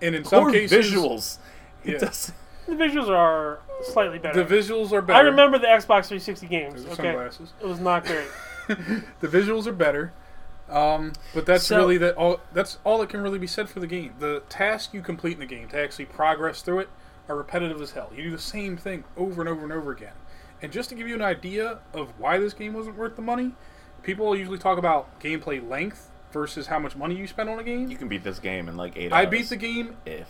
And in some
Poor
cases,
visuals. It
Yeah.
does.
The visuals are slightly better.
the visuals are better.
I remember the Xbox 360 games.
Those are
Okay,
sunglasses.
it was not [laughs] great.
The visuals are better. Um, but that's
So-
really that all. That's all that can really be said for the game. The tasks you complete in the game to actually progress through it are repetitive as hell. You do the same thing over and over and over again. And just to give you an idea of why this game wasn't worth the money, people usually talk about gameplay length versus how much money you spend on a game.
You can beat this game in like eight
I
hours.
beat the game
If.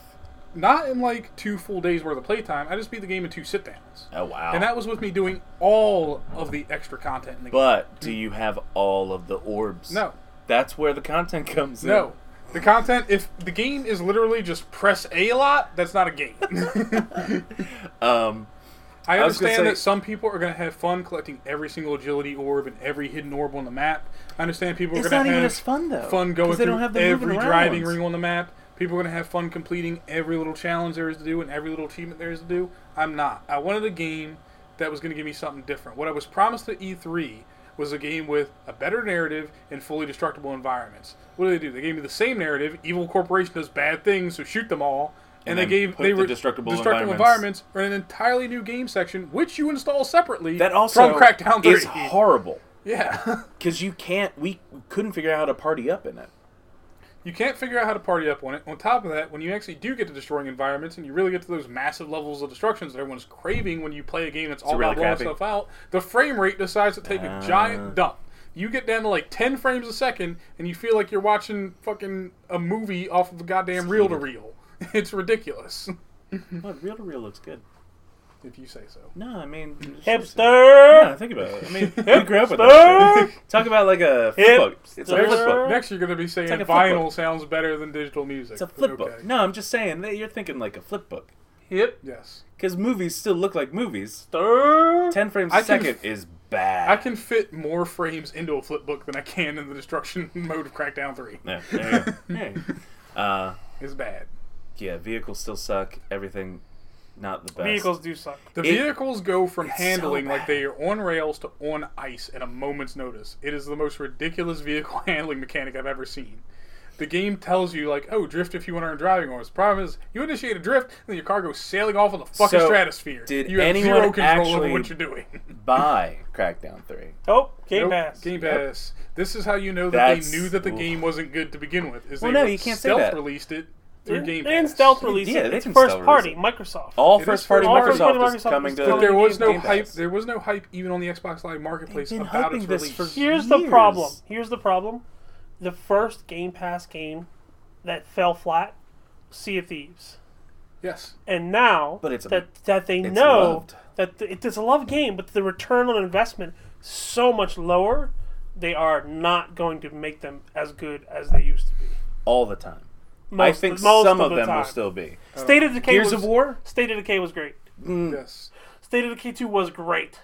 not in like two full days worth of playtime. I just beat the game in two sit downs,
Oh wow.
and that was with me doing all of the extra content in the
but do you have all of the orbs?
game. No,
That's where the content comes in.
no, the content. If the game is literally just press A a lot, that's not a game. [laughs]
Um.
I
was gonna
understand
say-
that some people are going to have fun collecting every single agility orb and every hidden orb on the map. I understand people are
It's
going
not
to
even
have
as fun though.
fun going
'cause they
through
don't have the
every
moving around
driving
ones.
ring on the map. People are going to have fun completing every little challenge there is to do and every little achievement there is to do. I'm not. I wanted a game that was going to give me something different. What I was promised at E3 was a game with a better narrative and fully destructible environments. What did they do? They gave me the same narrative: evil corporation does bad things, so shoot them all.
And
And, they
then
gave
put
they
the
were
destructible
environments.
environments-
or an entirely new game section, which you install separately
That also
from Crackdown 3.
is horrible
[laughs] yeah, [laughs]
because you can't. We couldn't figure out how to party up in it.
you can't figure out how to party up on it. On top of that, when you actually do get to destroying environments and you really get to those massive levels of destructions that everyone's craving when you play a game that's all
really
about blowing
crappy. Uh.
stuff out, the frame rate decides to take a giant dump. You get down to like 10 frames a second and you feel like you're watching fucking a movie off of a goddamn reel to reel. [laughs] It's ridiculous. [laughs]
What real to real looks good.
If you say so.
No, I mean it's just- Yeah,
Hipster.
think about it. I mean, we grew up with that. shit. [laughs] Talk about like a flip
Hip-
book. It's a
Next-
flip book.
Next, you're going to be saying
like a flip
vinyl
book.
sounds better than digital music.
It's a flip book. No, I'm just saying that you're thinking like a flip book
Hip.
Yes.
because movies still look like movies. Ten frames a
I can
second
f-
is bad.
I can fit more frames into a flip book than I can in the destruction [laughs] mode of Crackdown 3.
Yeah, there
[laughs]
you go. Yeah. Uh,
It's bad.
yeah, vehicles still suck. Everything, not the best.
Vehicles do suck.
The
It-
vehicles go from handling
so
like
bad.
they are on rails to on ice in a moment's notice. It is the most ridiculous vehicle [laughs] handling mechanic I've ever seen. The game tells you like, oh, drift if you want to earn driving orders. The problem is, you initiate a drift, and then your car goes sailing off in the fucking
So,
stratosphere.
did
you have zero
anyone
control over
actually-
what you're doing.
Buy Crackdown Three.
Oh, Game
[laughs] Nope,
Pass.
Game Pass. This is how you know that
That's-
they knew that the
oof.
game wasn't good to begin with. Is
Well,
they
no, you can't say
stealth
that.
released it through Game Pass.
and stealth release.
Yeah,
it.
they
it's
can
first
stealth release
party,
it.
Microsoft.
All
is
first party
free. All first
Microsoft,
party Microsoft
is
is
coming to.
coming
But there was no
Game Pass.
hype. There was no hype even on the Xbox Live Marketplace
They've been
about its
hyping this
release.
for
Here's the
years.
problem. Here's the problem. The first Game Pass game that fell flat, Sea of Thieves,
Yes.
and now
But it's a-
that that they
it's
know
loved.
that the, it's a love game, but the return on investment so much lower. They are not going to make them as good as they used to be.
all the time.
Most,
I think
most
some of
the
them will
time.
still be.
Uh,
State of Decay
Gears
was,
of War.
State of Decay was great.
Hmm.
Yes.
State of Decay two was great.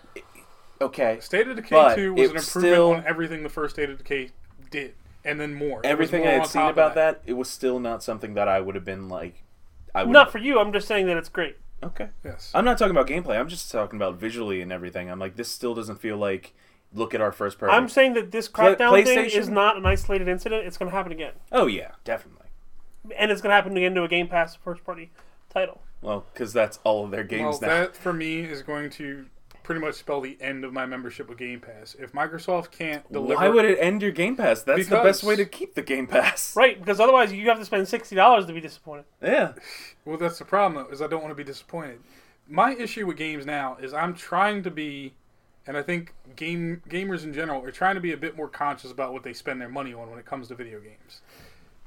Okay.
State of Decay
But
2 was
it
an improvement
still-
on everything the first State of Decay did, and then more. It was
Everything
more
I
on
had seen
top of
about that. it was still not something that I would have been like. I would
Not for you. I'm just saying that it's great.
Okay.
Yes.
I'm not talking about gameplay. I'm just talking about visually and everything. I'm like, this still doesn't feel like. Look at our first person.
I'm saying that this crackdown thing
PlayStation?
is not an isolated incident. It's going to happen again,
oh yeah, definitely.
and it's going to happen again to a Game Pass first party title.
Well, because that's all of their
well,
games now.
that for me is going to pretty much spell the end of my membership with Game Pass. If Microsoft can't deliver,
Why would it end your Game Pass? That's the
Because-
best way to keep the Game
[laughs]
Pass.
Right, because otherwise you have to spend sixty dollars to be disappointed.
Yeah.
Well, that's the problem though, is I don't want to be disappointed. My issue with games now is I'm trying to be, and I think game gamers in general are trying to be a bit more conscious about what they spend their money on when it comes to video games.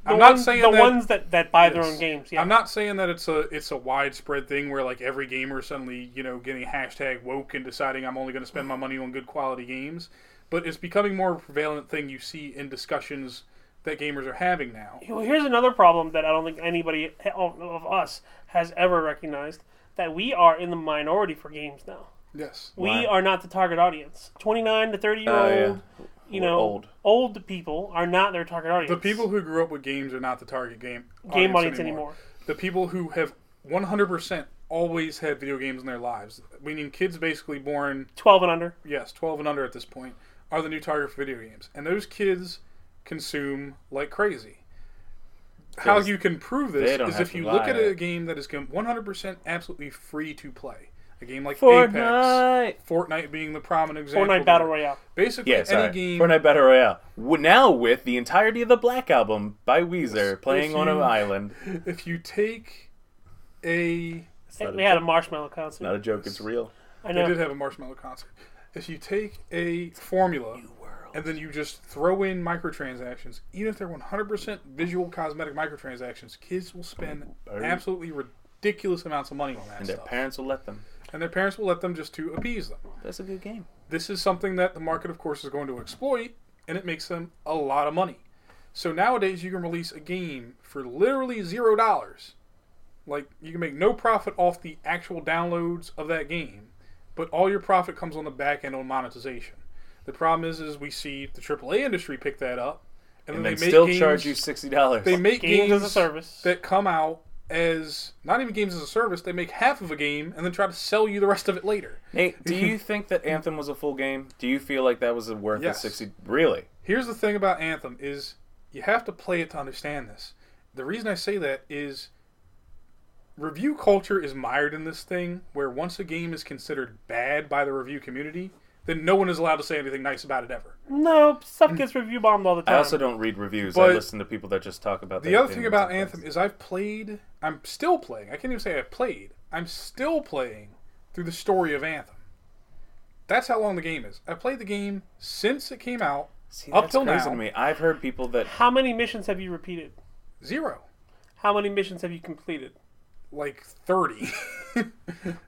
The
I'm not
ones-
saying
the
that,
ones that, that buy their
Yes.
own games. Yeah,
I'm not saying that it's a it's a widespread thing where like every gamer is suddenly you know getting hashtag woke and deciding I'm only going to spend my money on good quality games, but it's becoming more of a prevalent thing you see in discussions that gamers are having now.
Well, here's another problem that I don't think anybody of of us has ever recognized that we are in the minority for games now.
Yes,
We
Why?
are not the target audience. Twenty nine to thirty year
Oh, yeah.
old, you
We're
know,
old.
old people are not their target audience.
the people who grew up with games are not the target game
game audience anymore.
the people who have 100% always had video games in their lives, meaning kids basically born,
Twelve and under.
yes, 12 and under at this point, are the new target for video games. And those kids consume like crazy. How
'Cause
you can prove
they
this
don't
is
have
if
to
you look
buy
at
it.
a game that is com- 100% absolutely free to play. A game like Apex,
Fortnite.
Fortnite being the prominent example.
Fortnite
there.
Battle Royale.
Basically,
Yeah, sorry.
any game.
Fortnite Battle Royale. W- Now with the entirety of the Black Album by Weezer playing on an
you-
island.
If you take a
It's
They
not,
they
a,
had a marshmallow concert.
not a joke. It's real.
I
They
know.
did have a marshmallow concert. If you take a formula and then you just throw in microtransactions, even if they're 100% visual cosmetic microtransactions, kids will spend
Bird.
absolutely ridiculous amounts of money on that
Oh. And their
stuff.
parents will let them.
and their parents will let them just to appease them.
That's a good game.
This is something that the market, of course, is going to exploit, and it makes them a lot of money. So nowadays, you can release a game for literally zero dollars. Like, you can make no profit off the actual downloads of that game, but all your profit comes on the back end on monetization. The problem is, is we see the AAA industry pick that up, and,
And
then
they
they make
still
games,
charge you sixty dollars.
They make
Games as a service.
that come out as not even games as a service. They make half of a game and then try to sell you the rest of it later.
Nate,
[laughs]
do you think that Anthem was a full game? Do you feel like that was a worth
Yes.
of sixty? Really?
Here's the thing about Anthem is you have to play it to understand this. The reason I say that is review culture is mired in this thing where once a game is considered bad by the review community, then no one is allowed to say anything nice about it ever.
No,
Mm.
stuff gets review bombed all the time.
I also don't read reviews. I
Um, But-
listen to people that just talk about
The
their
other thing
opinions
about
on things.
Anthem is I've played, I'm still playing. I can't even say I've played. I'm still playing through the story of Anthem. That's how long the game is. I played the game since it came out,
See,
up
that's
till
crazy
now.
to me. I've heard people that
How many missions have you repeated?
zero.
How many missions have you completed?
like 30. [laughs]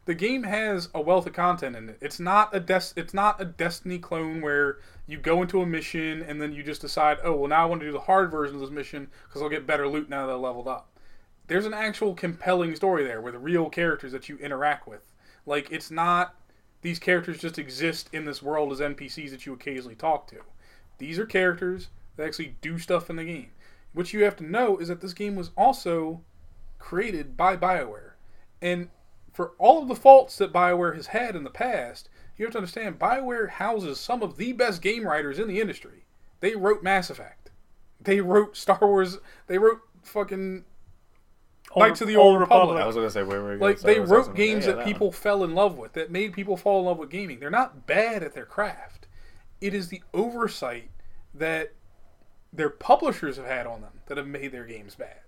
the game has a wealth of content in it. It's not a des- it's not a Destiny clone where you go into a mission and then you just decide, "Oh, well now I want to do the hard version of this mission cuz I'll get better loot now that I leveled up." There's an actual compelling story there with real characters that you interact with. Like it's not these characters just exist in this world as NPCs that you occasionally talk to. These are characters that actually do stuff in the game. What you have to know is that this game was also created by BioWare. And for all of the faults that BioWare has had in the past, you have to understand BioWare houses some of the best game writers in the industry. They wrote Mass Effect. They wrote Star Wars. They wrote fucking Knights of the Old Republic.
I was gonna say where were you
like
gonna say?
they
I was
wrote
gonna-
games
yeah,
that
one.
people fell in love with that made people fall in love with gaming they're not bad at their craft it is the oversight that their publishers have had on them that have made their games bad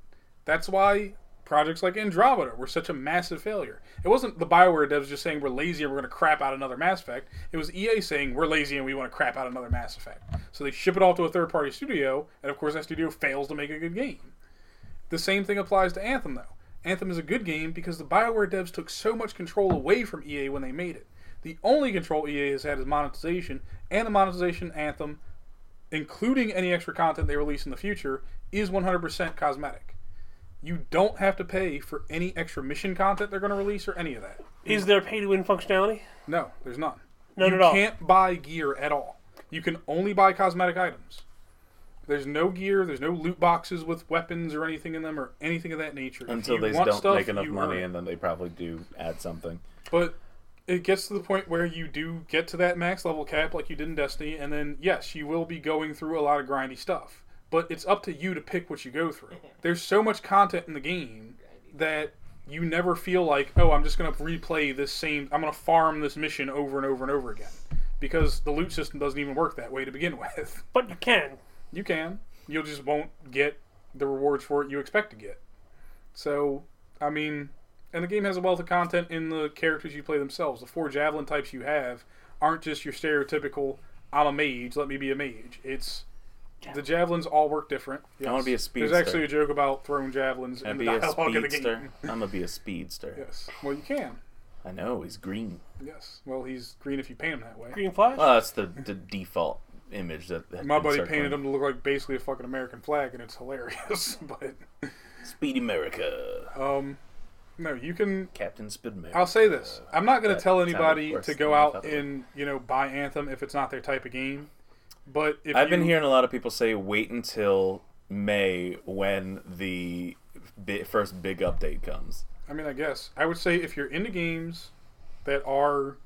that's why projects like andromeda were such a massive failure it wasn't the bioware devs just saying we're lazy and we're going to crap out another mass effect it was ea saying we're lazy and we want to crap out another mass effect so they ship it all to a third party studio and of course that studio fails to make a good game the same thing applies to Anthem, though. Anthem is a good game because the BioWare devs took so much control away from EA when they made it. The only control EA has had is monetization, and the monetization Anthem, including any extra content they release in the future, is 100% cosmetic. You don't have to pay for any extra mission content they're going to release or any of that.
Is there pay to win functionality?
No, there's none.
None
Mm. you
at all.
can't buy gear at all. You can only buy cosmetic items. There's no gear. There's no loot boxes with weapons or anything in them or anything of that nature. If
until
you
they
want
don't
stuff,
make enough
you
money,
earn it.
and then they probably do add something.
But it gets to the point where you do get to that max level cap like you did in Destiny, and then yes, you will be going through a lot of grindy stuff. But it's up to you to pick what you go through. There's so much content in the game that you never feel like, oh, I'm just gonna replay this same I'm gonna farm this mission over and over and over again. Because the loot system doesn't even work that way to begin [laughs] with.
But you can.
You can. You just won't get the rewards for it you expect to get. So, I mean, and the game has a wealth of content in the characters you play themselves. The four javelin types you have aren't just your stereotypical "I'm a mage, let me be a mage." It's the javelins all work different.
I want to be a
There's
speedster.
actually a joke about throwing javelins
Can I
in the
be a
dialogue of the
speedster.
[laughs] game.
I'm gonna be a speedster.
Yes. Well, you can.
I know he's green.
Yes. Well, he's green if you paint him that way.
Green flash.
Well, that's the, the default image that that
My
been
buddy
circling.
painted him to look like basically a fucking American flag, and it's hilarious. [laughs] but
Speed America,
um, no, you can
Captain Speed America.
I'll say this: I'm not going
Uh, that
to tell
sounded
anybody
worse
to
than
go
I
out
thought it
and you know buy Anthem if it's not their type of game. But if
I've been
you-
hearing a lot of people say wait until May when the bi- first big update comes.
I mean, I guess I would say if you're into games that are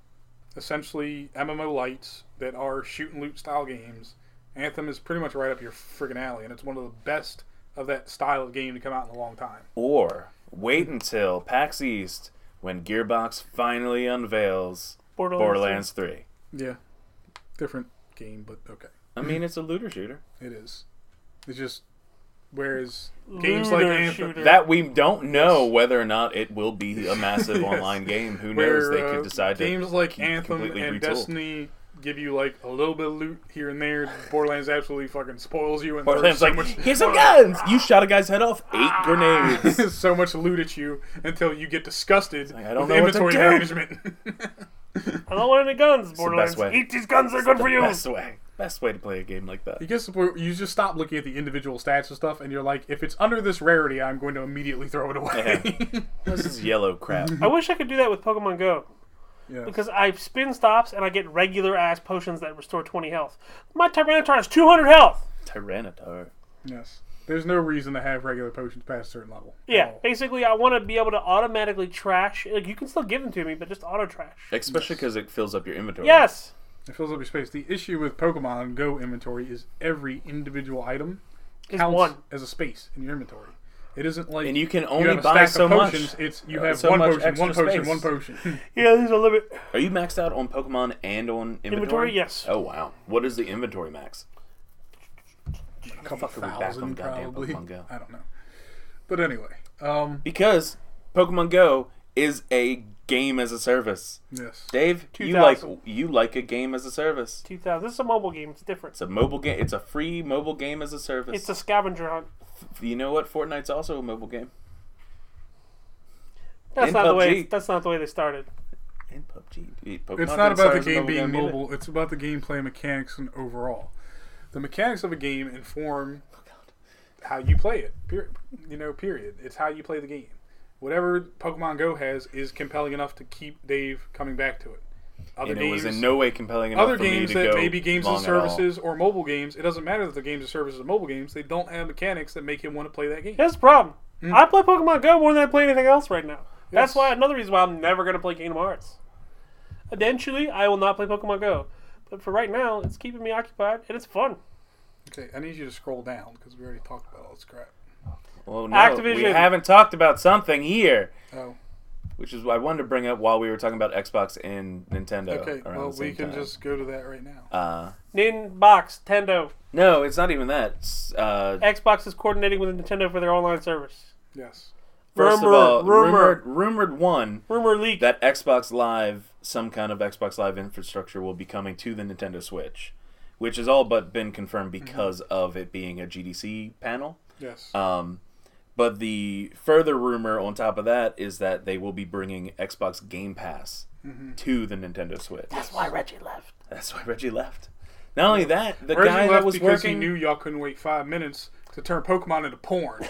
essentially MMO lights that are shoot and loot style games, Anthem is pretty much right up your friggin' alley, and it's one of the best of that style of game to come out in a long time.
Or wait until PAX East when Gearbox finally unveils
Borderlands
Borderlands 3.
Yeah, different game, but okay,
I mean, it's a looter shooter.
it is. It's just whereas
games like Looter Anthem- shooter.
That we don't know whether or not it will be a massive
[laughs]
online game. Who knows?
where
They
uh,
could decide
games
to
like
keep-
Anthem and
completely retool.
Destiny give you like a little bit of loot here and there. Borderlands absolutely fucking spoils you, and
Borderlands
throws
like, [laughs]
so much [laughs]
here's some guns. You shot a guy's head off. Eight grenades.
so much loot at you until you get disgusted
I don't
with
know what to
inventory
do. [laughs]
management.
I don't want any guns.
the best
Borderlands.
way.
Eat these guns. They're good for you.
Best way. Best way to play a game like that.
[laughs] you guess you just stop looking at the individual stats and stuff, and you're like, if it's under this rarity, I'm going to immediately throw it away.
This is yellow
[laughs]
crap.
I wish I could do that with Pokemon Go
Yeah.
because I spin stops and I get regular ass potions that restore 20 health. My Tyranitar has 200 health.
Tyranitar.
Yes. There's no reason to have regular potions past a certain level. at
Yeah,
all.
basically, I want to be able to automatically trash. Like, you can still give them to me, but just auto trash.
Especially because it fills up your inventory.
Yes.
It fills up your space. The issue with Pokemon Go inventory is every individual item
Is
counts
one.
as a space in your inventory. It isn't like
And you can
you
only
have a
buy
stack
so
of potions.
much.
It's you
uh,
have
so
one
much
potion, one
extra
potion,
space.
one potion.
Yeah, there's a limit.
Are you maxed out on Pokemon and on inventory?
Inventory, yes.
Oh wow. What is the inventory max?
a couple
Fuck, are we back on
thousand
goddamn
probably.
Pokemon Go?
I don't know. But anyway, um,
Because Pokemon Go is a game as a service.
yes,
Dave, you like
2000.
you like a game as a service.
2000. This is a mobile game. It's different.
It's a mobile game. It's a free mobile game as a service.
It's a scavenger hunt.
you know what? Fortnite's also a mobile game.
That's
In
not the way.
PUBG.
That's not the way they started.
And PUBG. Pokemon
it's not
didn't
about
start
the
as a
game being
either.
mobile. It's about the gameplay mechanics and overall. The mechanics of a game inform how you play it. Period. You know, period. It's how you play the game. Whatever Pokemon Go has is compelling enough to keep Dave coming back to it. Other
And it
games,
was in no way compelling enough
other
for
games
me to
that
go
may be games
long
and
at all.
services or mobile games, it doesn't matter that the games and services are mobile games. They don't have mechanics that make him want to play that game.
Here's the problem. I play Pokemon Go more than I play anything else right now. That's
Yes.
why another reason why I'm never gonna play Kingdom Hearts. Eventually, I will not play Pokemon Go, but for right now, it's keeping me occupied and it's fun.
Okay, I need you to scroll down because we already talked about all this crap.
Well, no, we
Activision.
haven't talked about something here,
Oh,
which is what I wanted to bring up while we were talking about Xbox and Nintendo.
okay.
around
Well,
the same
we can
time.
just go to that right now.
Uh,
Nin Box, Nintendo,
no, it's not even that. It's, uh,
Xbox is coordinating with Nintendo for their online service.
Yes.
first
rumor,
of all,
rumor.
rumored, rumored one
Rumor leak.
that Xbox Live, some kind of Xbox Live infrastructure, will be coming to the Nintendo Switch, which has all but been confirmed
Mm-hmm.
because of it being a GDC panel.
Yes.
Um, but the further rumor on top of that is that they will be bringing Xbox Game Pass
Mm-hmm.
to the Nintendo Switch.
That's why Reggie left.
That's why Reggie left. Not only that, the
Reggie
guy
left
that was
because
working,
he knew y'all couldn't wait five minutes to turn Pokemon
[laughs]
into porn.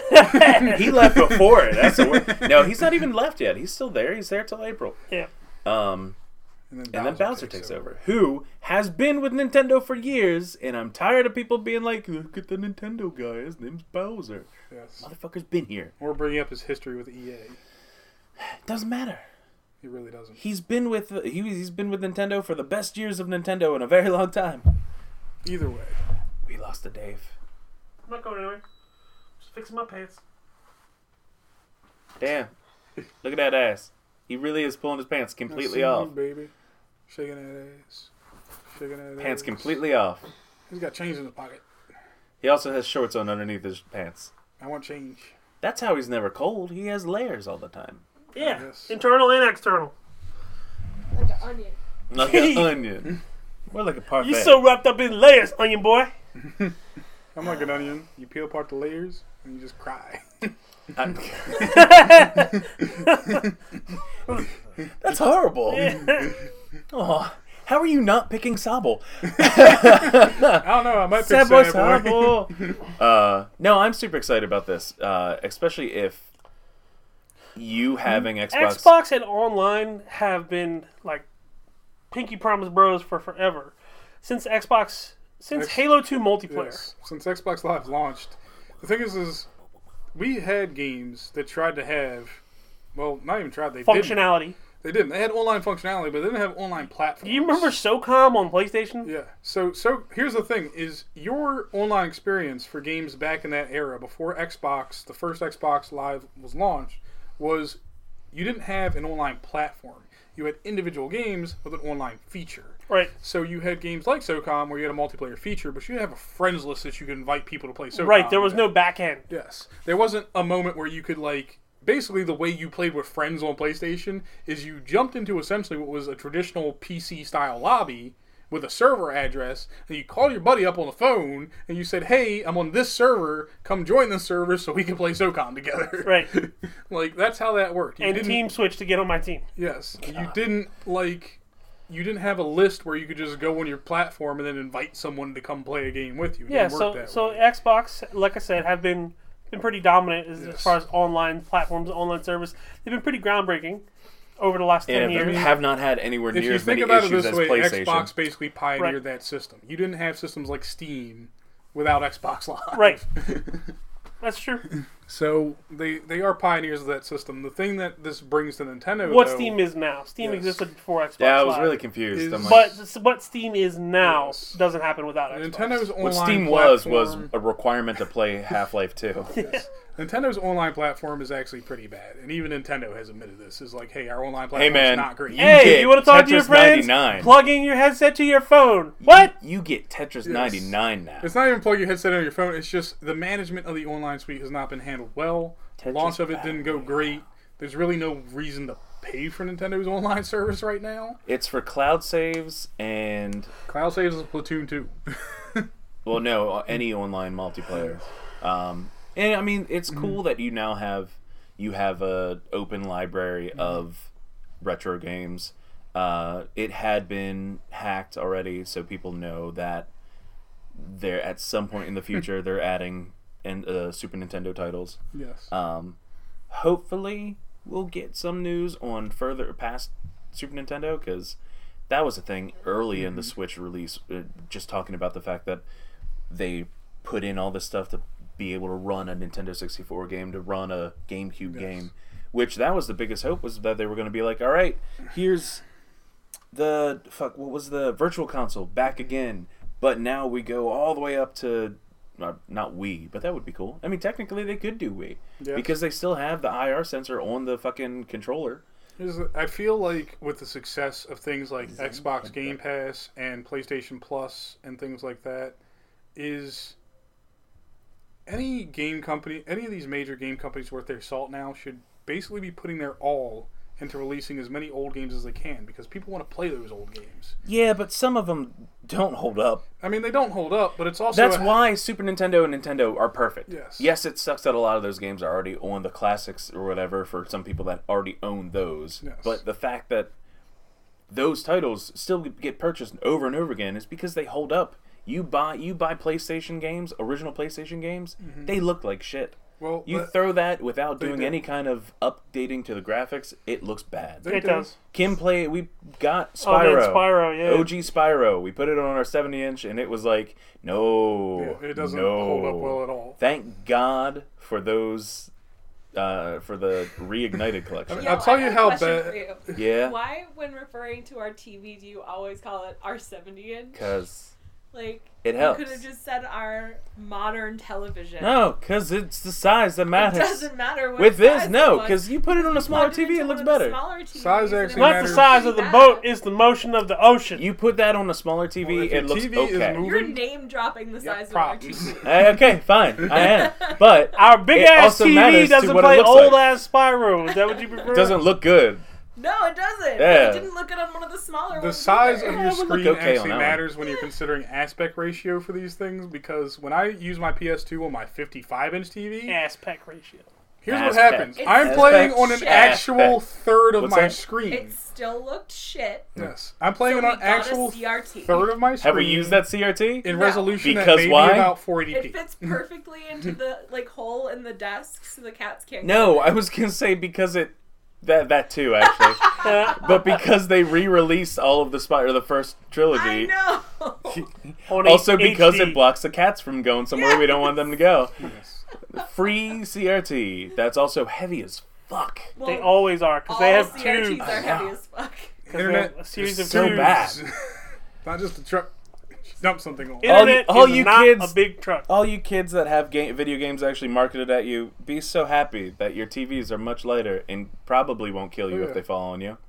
he left before it. That's the wor-
[laughs]
no, he's not even left yet. He's still there. He's there till April.
Yeah.
Um,
And then Bowser,
and then Bowser takes, over. who has been with Nintendo for years. And I'm tired of people being like, "Look at the Nintendo guy. His name's Bowser."
Yes.
Motherfucker's been here.
We're bringing up his history with EA.
Doesn't matter.
He really doesn't.
He's been with he, he's been with Nintendo for the best years of Nintendo in a very long time.
Either way,
We lost to Dave.
I'm not going anywhere. Just fixing my pants.
Damn. Look at that ass. He really is pulling his pants
I
completely
see
off.
you, baby. Shaking that ass. Shaking that
Pants
ass.
completely off.
He's got change in his pocket.
He also has shorts on underneath his pants.
I want change.
That's how he's never cold. He has layers all the time.
Yeah.
Yes.
Internal and external.
Like an onion.
Like an onion. More like a parfait.
You so wrapped up in layers, onion boy.
I'm like an onion. You peel apart the layers and you just cry. [laughs]
I'm- [laughs] That's horrible. Aw, how are you not picking Sobble?
[laughs]
I don't know. I might pick
Sad boy,
Sad Boy. [laughs]
sad boy. uh, no, I'm super excited about this, uh, especially if you having Xbox.
Xbox and online have been like pinky promise bros for forever. Since Xbox, since
X-
Halo 2 multiplayer.
Yes. Since Xbox Live launched, the thing is, is we had games that tried to have, well, not even tried. They didn't.
Functionality.
They didn't. They had online functionality, but they didn't have online platforms.
Do you remember SOCOM on PlayStation?
Yeah. So, so here's the thing: is your online experience for games back in that era, before Xbox, the first Xbox Live was launched, was you didn't have an online platform. You had individual games with an online feature.
Right.
So you had games like SOCOM where you had a multiplayer feature, but you didn't have a friends list that you could invite people to play SOCOM.
Right. There was
with.
no back end.
Yes. There wasn't a moment where you could like basically the way you played with friends on PlayStation is you jumped into essentially what was a traditional PC style lobby with a server address and you called your buddy up on the phone and you said, "Hey, I'm on this server. Come join this server so we can play SOCOM together."
Right.
[laughs] like that's how that worked. You
And
didn't-
team switch to get on my team.
Yes. You didn't like you didn't have a list where you could just go on your platform and then invite someone to come play a game with you. It
Yeah.
didn't work
So
that
so e-
way.
Xbox, like I said, have been been pretty dominant as, as
Yes.
far as online platforms, online service. They've been pretty groundbreaking over the last ten
and
years.
if you have not had anywhere
if
near
you
as
think
many
about it
issues
this
as
way,
PlayStation.
Xbox basically pioneered
Right.
that system. You didn't have systems like Steam without Xbox [laughs] Live.
Right. That's true.
So they they are pioneers of that system. The thing that this brings to Nintendo,
What
though,
Steam is now. Steam
Yes.
existed before Xbox.
Yeah, I was
Live.
really confused. I'm
Is-
like,
But s- what Steam is now
Yes.
doesn't happen without Xbox.
Nintendo's online
what Steam was
[laughs]
was
[laughs]
platform,
a requirement to play Half Life 2.
Nintendo's online platform is actually pretty bad, and even Nintendo has admitted this. Is like, hey, our online platform
Hey man,
is not great.
you
Hey,
get
you want to talk to your
Tetris
friends?
99.
Plugging your headset to your phone. What?
You get Tetris 99 now.
It's not even plug your headset on your phone. It's just the management of the online suite has not been handled well.
Tetris
Launch of it didn't go great. There's really no reason to pay for Nintendo's [laughs] online service right now.
It's for cloud saves and
Cloud saves is Platoon 2.
well, no, uh, any online multiplayer. Um, and I mean, it's cool that you now have you have a open library of retro games. Uh, it had been hacked already, so people know that they're at some point in the future they're adding and uh, Super Nintendo titles.
yes.
Um, hopefully, we'll get some news on further past Super Nintendo because that was a thing early in the Switch release. uh, Just talking about the fact that they put in all this stuff to be able to run a Nintendo 64 game, to run a GameCube game, which that was the biggest hope was that they were going to be like, all right, here's the fuck what was the virtual console back again but now we go all the way up to uh, not Wii, but that would be cool. I mean, technically they could do Wii
Yes.
because they still have the IR sensor on the fucking controller.
Here's the- I feel like with the success of things like Xbox Game Pass and PlayStation Plus and things like that, is any game company, any of these major game companies worth their salt now should basically be putting their all into releasing as many old games as they can because people want to play those old games.
Yeah, but some of them don't hold up.
I mean, they don't hold up, but it's also
That's
a-
why Super Nintendo and Nintendo are perfect.
Yes.
Yes, it sucks that a lot of those games are already on the classics or whatever for some people that already own those.
Yes.
But the fact that those titles still get purchased over and over again is because they hold up. You buy you buy PlayStation games, original PlayStation games, they look like shit.
Well,
You
Mm-hmm. but-
throw that without doing
do.
any kind of updating to the graphics, it looks bad.
They
It
do.
does.
Kim play we got Spyro.
Oh, man, Spyro, yeah.
OG Spyro. We put it on our 70 inch and it was like, no.
Yeah, it doesn't
Oh, no.
hold up well at all.
Thank God for those uh, for the reignited collection.
I'll tell
I
you
have a
how
question
bad-
for you.
yeah.
Why, when referring to our TV, do you always call it our 70 inch?
Cuz
Like,
It
You
helps.
could have just said our modern television.
No, cuz it's the size that
it
matters.
doesn't matter what
With this,
size
no,
it was.
cuz you put it on a
Why
smaller
did they
TV, it
tell
looks
them the
better.
smaller TVs
Size
and it
actually
Not the
matters.
size of the boat, it's the motion of the ocean.
You put that on a smaller TV,
Well, if your
it looks
TV is
okay.
moving-
You're name dropping the
Yeah,
size
props.
of
[laughs]
our TV.
Hey, okay, fine. I am. But
Our big
It
ass
also matters
TV
to
doesn't
what it
play
looks
old
like.
ass Spyro. Is that what you prefer?
it doesn't look good.
[laughs] No, it doesn't.
Yeah.
I didn't look it on one of the smaller
The
ones.
size of
either.
your
it would look
screen
okay on
actually
that one.
matters when you're considering aspect ratio for these things because when I use my PS2 on my 55 inch TV,
aspect ratio.
here's
Aspect.
what happens.
It's
I'm
still
playing
looked
on an
shit.
actual
Aspect.
third of
What's
my
that?
screen.
It still looked shit.
yes. I'm
So
playing
we
it on an
got
actual
a CRT.
third of my screen.
Have we used that CRT?
in
No.
resolution
Because
that may
why?
be about
It
480p. [laughs]
fits perfectly into the like hole in the desk, so the cats can't.
No, I was gonna say because it that that too
[laughs]
actually,
Uh,
but because they re-released all of the spot or the first
I
trilogy.
know. [laughs]
on
Also
H-
because
HD.
it blocks the cats from going somewhere we don't want them to go.
Yes.
Free CRT. That's also heavy as fuck.
Well,
They always are because
all
they have
CRTs
two.
are heavy as
[laughs]
fuck.
Internet
a series of
is
So
tubes.
bad.
[laughs] Not just a truck. Dump something on.
All you-
Internet
all
is
you
not
kids-
a big truck.
All you kids that have game, video games actually marketed at you, be so happy that your TVs are much lighter and probably won't kill you
Yeah.
if they fall on you.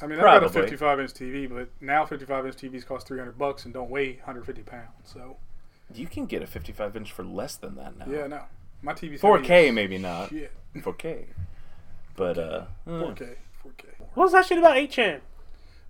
I mean, I've got a
Probably.
55 inch TV, but now 55 inch TVs cost 300 bucks and don't weigh 150 pounds. So
You can get a 55 inch for less than that now.
yeah, no, my TV.
4K maybe not.
Shit.
4K. But uh mm.
4K. 4K.
What was that shit about 8chan?
[laughs]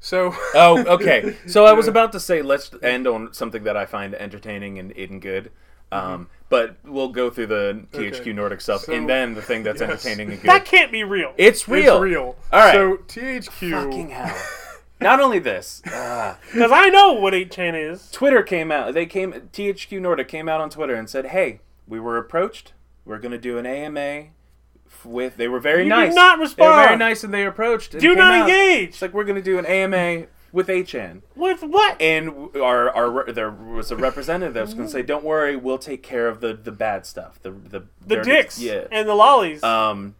So
Oh, okay. So I was
Yeah.
about to say let's end on something that I find entertaining and, and good.
Mm-hmm.
Um, but we'll go through the THQ
Okay.
Nordic stuff
So-
and then the thing that's
Yes.
entertaining and good.
That can't be real.
it's real.
It's real.
All right.
So THQ.
Fucking hell. [laughs] Not only this, ah,
Because I know what 8chan is.
Twitter came out. They came THQ Nordic came out on Twitter and said, "Hey, we were approached. We're going to do an AMA f- with they were very
You did
nice.
not
They were very
respond.
nice and they approached and
Do
came
not
out.
engage.
It's like we're gonna do an AMA with Achan.
With what?
And our, our there was a representative that was
Mm-hmm.
going to say, "Don't worry, we'll take care of the, the bad stuff, the the
The
their-
dicks
Yeah,
and the lollies. [laughs]
um,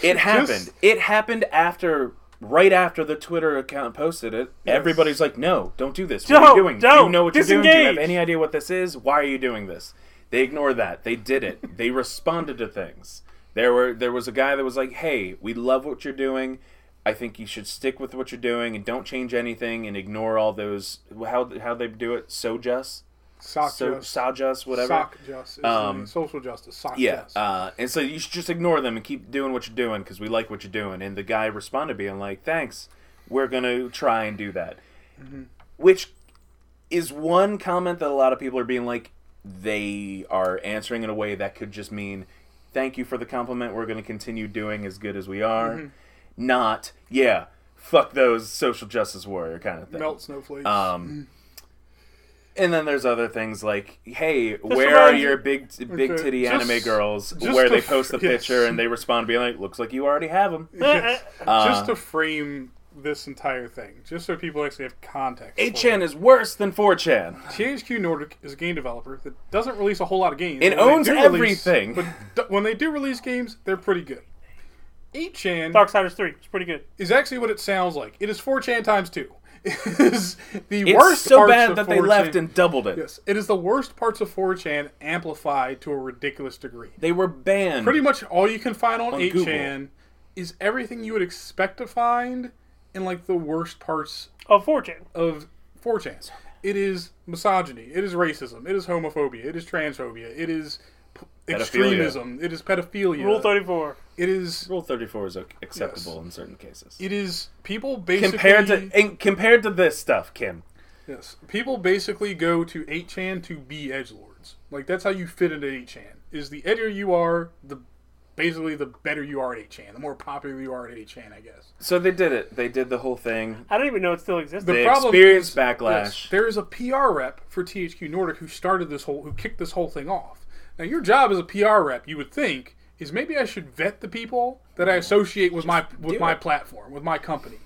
it happened. It happened after, right after the Twitter account posted it. Everybody's like, "No, don't do this. what are
Don't,
you doing? Do you
don't.
know what you're doing? Do you have
Disengage."
any idea what this is? Why are you doing this?" They ignore that. They did
[laughs]
it. they responded to things. There were there was a guy that was like, "Hey, we love what you're doing." I think you should stick with what you're doing and don't change anything and ignore all those how how they do it sojas
Sock
so
justice.
sojas whatever
Sock justice. is the
Um,
name. social justice. Sock
yeah,
justice.
uh, and so you should just ignore them and keep doing what you're doing because we like what you're doing. And the guy responded, being like, "Thanks, we're gonna try and do that," which is one comment that a lot of people are being like, they are answering in a way that could just mean, "Thank you for the compliment. We're gonna continue doing as good as we are," not, "Yeah, fuck those social justice warrior kind of thing."
Melt snowflakes. [laughs]
Um, and then there's other things like, hey, where are
reminds
your big big
Okay.
titty
Just-
anime girls?
just
Where
to
they post the
f- yes.
picture and they respond, being like, looks like you already have them. [laughs] uh,
just to frame this entire thing, just so people actually have context. for
8chan is worse than 4chan.
THQ Nordic is a game developer that doesn't release a whole lot of games.
It
But when they
owns
do release-
everything.
but d- when they do release games, they're pretty good. E 8chan
Darksiders 3. It's pretty good.
is actually what it sounds like. It is 4chan times 2. [laughs] It is the
It's
worst
so
parts
bad
of
that they
4chan.
left and doubled it.
Yes, it is the worst parts of 4chan amplified to a ridiculous degree.
They were banned.
Pretty much all you can find on,
On
8chan
Google.
is everything you would expect to find in like the worst parts
Oh, 4chan.
of 4chan. It is misogyny. It is racism. It is homophobia. It is transphobia. It is p- extremism. It is pedophilia.
Rule 34.
It is
Rule 34 is ac- acceptable in certain cases.
it is people basically
Compared to and compared to this stuff, Kim.
yes, people basically go to 8chan to be edge lords. Like that's how you fit into 8chan. Is the edgier you are, the basically the better you are at 8chan, the more popular you are at 8chan, I guess.
So they did it. They did the whole thing.
I don't even know it still exists.
The
They
problem
experienced
is-
backlash.
Yes, there is a PR rep for THQ Nordic who started this whole, who kicked this whole thing off. Now, your job as a PR rep, you would think, is maybe I should vet the people that I associate with my with
do
my
it.
platform, with my company.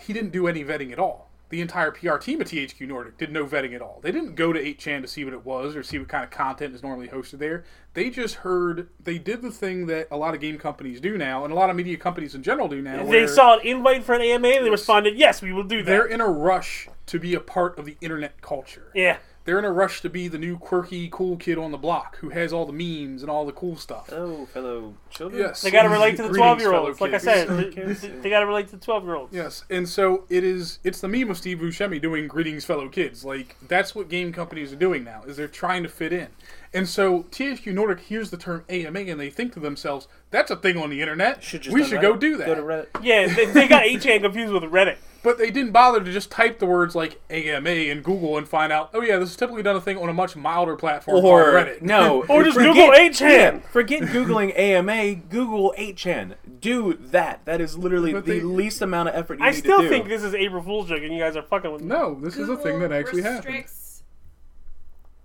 He didn't do any vetting at all. The entire PR team at THQ Nordic did no vetting at all. They didn't go to 8chan to see what it was or see what kind of content is normally hosted there. They just heard they did the thing that a lot of game companies do now and a lot of media companies in general do now.
They
where-
saw an invite for an AMA and they responded, yes, we will do
they're
that.
in a rush to be a part of the internet culture.
Yeah.
They're in a rush to be the new quirky, cool kid on the block who has all the memes and all the cool stuff.
Oh, fellow children.
Yes,
They got to relate to the
Greetings,
12 year olds.
fellow
Like I
kids.
said, they, they got to relate to the 12 year olds.
Yes, and so it is. It's the meme of Steve Buscemi doing "Greetings, fellow kids." Like that's what game companies are doing now. Is they're trying to fit in, and so THQ Nordic hears the term AMA and they think to themselves, "That's a thing on the internet.
Should just
we
done
should
Reddit.
go do that."
Go to Reddit.
Yeah, they, they got 8chan confused with Reddit.
But they didn't bother to just type the words like AMA in Google and find out. Oh yeah, this is typically done a thing on a much milder platform
or
called Reddit. [laughs]
no,
Or just Google 8chan.
[laughs] forget googling AMA. Google 8chan. Do that. That is literally
But
the
they-
least amount of effort you
I
need
still
to do.
think this is April Fool's joke and you guys are fucking with me.
No, this is a thing that actually happened.
restricts,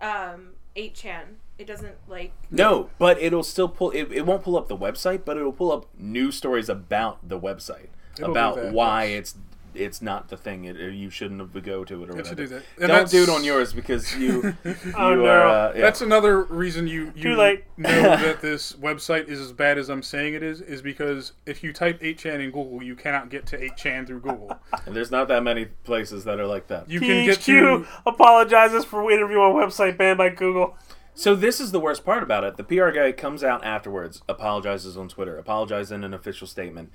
Um, 8chan. It doesn't like.
no, but it'll still pull. It, it won't pull up the website, but it'll pull up news stories about the website,
It'll do
about
that,
why
yes.
it's it's not the thing. It, or you shouldn't have go to it or
should
whatever.
do that. And
Don't
that's- Oh,
do it on yours because
[laughs]
you you
no.
are. Uh, yeah.
That's another reason you, you
Too late.
[laughs] know that this website is as bad as I'm saying it is, is because if you type 8chan in Google, you cannot get to 8chan through Google.
And there's not that many places that are like that.
You can get
THQ
to
apologizes for interview on website banned by Google.
So this is the worst part about it. The PR guy comes out afterwards, apologizes on Twitter, apologizes in an official statement.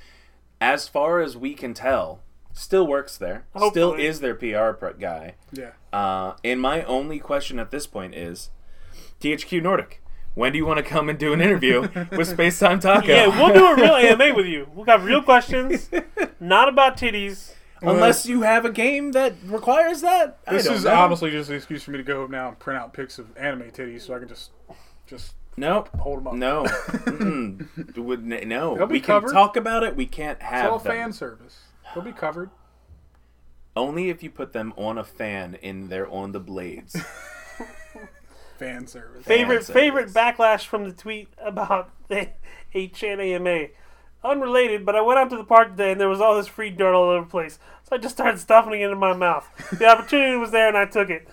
As far as we can tell, still works there. Still
Hopefully.
is their PR pr- guy.
yeah.
Uh, and my only question at this point is, THQ Nordic, when do you want to come and do an interview
[laughs]
with Space Time Taco?
Yeah, we'll do a real AMA with you. We'll have real questions, not about titties.
[laughs] Unless you have a game that requires that. I
This
don't
is
know.
honestly just an excuse for me to go home now and print out pics of anime titties so I can just just
nope.
hold them up. [laughs]
No, Mm-mm. Would- n- no.
They'll be
We
covered.
can talk about it. We can't
It's all
have them.
fan service. They'll be covered.
Only if you put them on a fan and they're on the [laughs] blades.
Fan service.
Favorite [laughs]
Fanservice.
favorite backlash from the tweet about the 8chan AMA Unrelated, but I went out to the park today and there was all this free dirt all over the place. So I just started stuffing it in my mouth. The opportunity was there and I took it.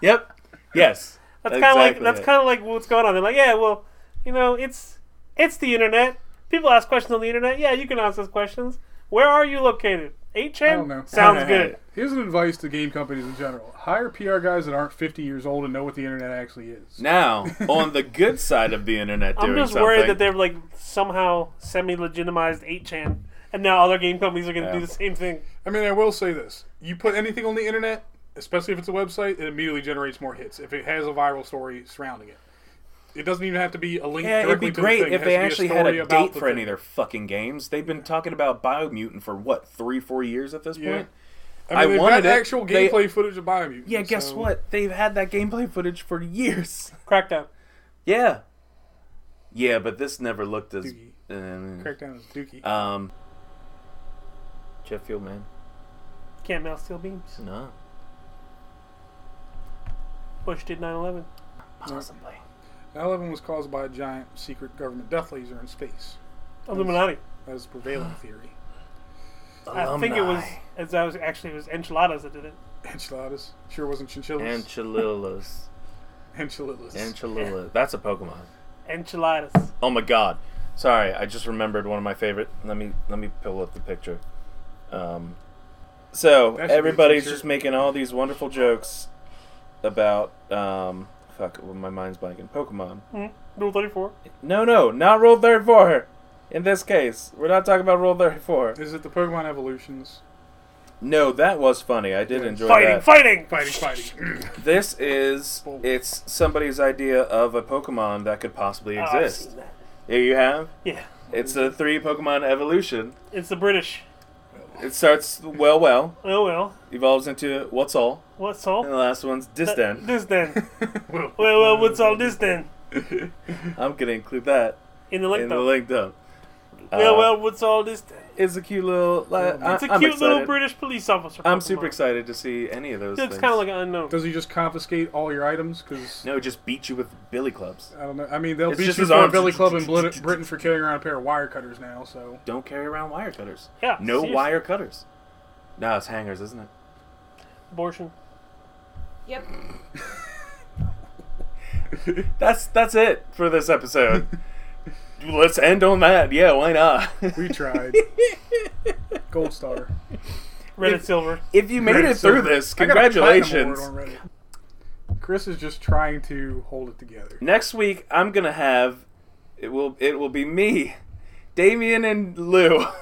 Yep. Yes.
That's kind of
Exactly
like that's
it.
kind of like what's going on. They're like, yeah, well, you know, it's it's the internet. People ask questions on the internet. Yeah, you can ask those questions. Where are you located? Eight
I don't know.
chan
[laughs]
sounds good.
Here's an advice to game companies in general: hire PR guys that aren't 50 years old and know what the internet actually
[laughs]
is.
Now, on the good side of the internet,
I'm
doing
just
something,
worried that they're like somehow semi-legitimized eight chan, and now other game companies are going to
Yeah.
do the same thing.
I mean, I will say this: you put anything on the internet, especially if it's a website, it immediately generates more hits if it has a viral story surrounding it. It doesn't even have to be a link.
Yeah, it'd
directly
be
to the
great
thing.
if
It
they
has to
actually
be
had
story
a
about
date
the
for any
thing.
of their fucking games. They've been talking about Biomutant for what three, four years at this
Yeah.
point.
I, mean,
I
they've
wanted
got
it.
actual
They-
gameplay footage of Biomutant.
Yeah, guess
so-
what? They've had that gameplay footage for years. [laughs]
Crackdown.
Yeah. Yeah, but this never looked as.
Doogie.
Um,
Crackdown is Dookie.
um, Jeff Fieldman.
Can't melt steel beams.
No.
Bush did 9/11.
Possibly.
9/11 was caused by a giant secret government death laser in space.
Illuminati.
That is
[gasps]
the prevailing theory.
I think it was
Alumni.
as I was actually it was enchiladas that did it.
Enchiladas. Sure wasn't chinchillas.
Enchiladas.
Enchiladas.
Enchilada. That's a Pokemon.
Enchiladas.
Oh my god. Sorry, I just remembered one of my favorite. Let me let me pull up the picture. Um, so
That should be a
everybody's
t-shirt.
just making all these wonderful jokes about um, fuck. Well, my mind's blanking. Pokemon.
Mm, Rule 34.
No, no, not Rule Thirty Four. In this case, we're not talking about Rule Thirty Four.
Is it the Pokemon evolutions?
No, that was funny. I did enjoy
Fighting,
that.
fighting,
[sniffs]
Fighting, fighting.
This is
Boom.
it's somebody's idea of a Pokemon that could possibly
Oh, I've
exist.
seen that.
Here you have.
Yeah,
It's a three Pokemon evolution.
it's the British.
It starts well, well.
Oh well,
evolves into what's all,
what's
and the
all?
last one's
Uh,
disden.
This then.
well,
Well, well, what's all this then?
[laughs] I'm gonna include that
In the link
in the
though.
link though.
Well,
Uh,
well, what's all this then?
it's a cute little. Li- I,
It's a
I'm
cute little
excited.
British police officer.
I'm
Pokemon.
super excited to see any of those.
He looks
things.
kind of like an unknown.
Does he just confiscate all your items? Because
no, just beat you with billy clubs.
I don't know. I mean, they'll
It's
beat you
just
for
his
a
arms.
billy club
[laughs]
in Blit- Britain for carrying around a pair of wire cutters now. So
Don't carry around wire cutters.
Yeah.
No
Ah, seriously.
wire cutters. No, it's hangers, isn't it?
Abortion.
Yep.
That's that's it for
[laughs]
this episode. Let's end on that. Yeah, why not?
we tried. Gold star.
Red
If-
and silver.
[laughs] if you made it
So-
through this,
I got a platinum award
congratulations.
already. Chris is just trying to hold it together.
Next week, I'm gonna have it will it will be me, Damien and Lou. [laughs]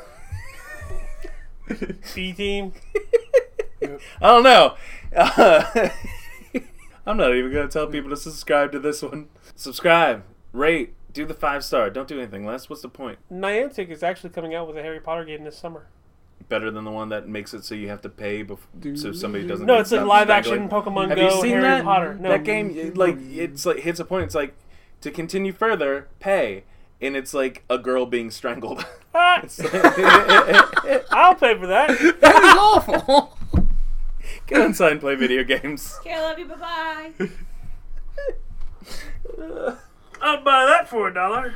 B team. [laughs]
I don't know. Uh, [laughs] I'm not even gonna tell people to subscribe to this one. Subscribe, rate, do the five star. Don't do anything less. What's the point?
Niantic is actually coming out with a Harry Potter game this summer.
Better than the one that makes it so you have to pay before, so somebody doesn't.
No,
get
it's a
stuck
live
dangling.
action Pokemon
Have
Go
you seen
Harry
that?
Potter. No.
That game, it, like, it's like hits a point. It's like to continue further, pay, and it's like a girl being
[laughs]
strangled. [laughs]
Ah, I'll pay for that.
[laughs]
That is awful.
Go inside and play video games.
Okay, I love you. Bye bye.
I'll buy that for a dollar.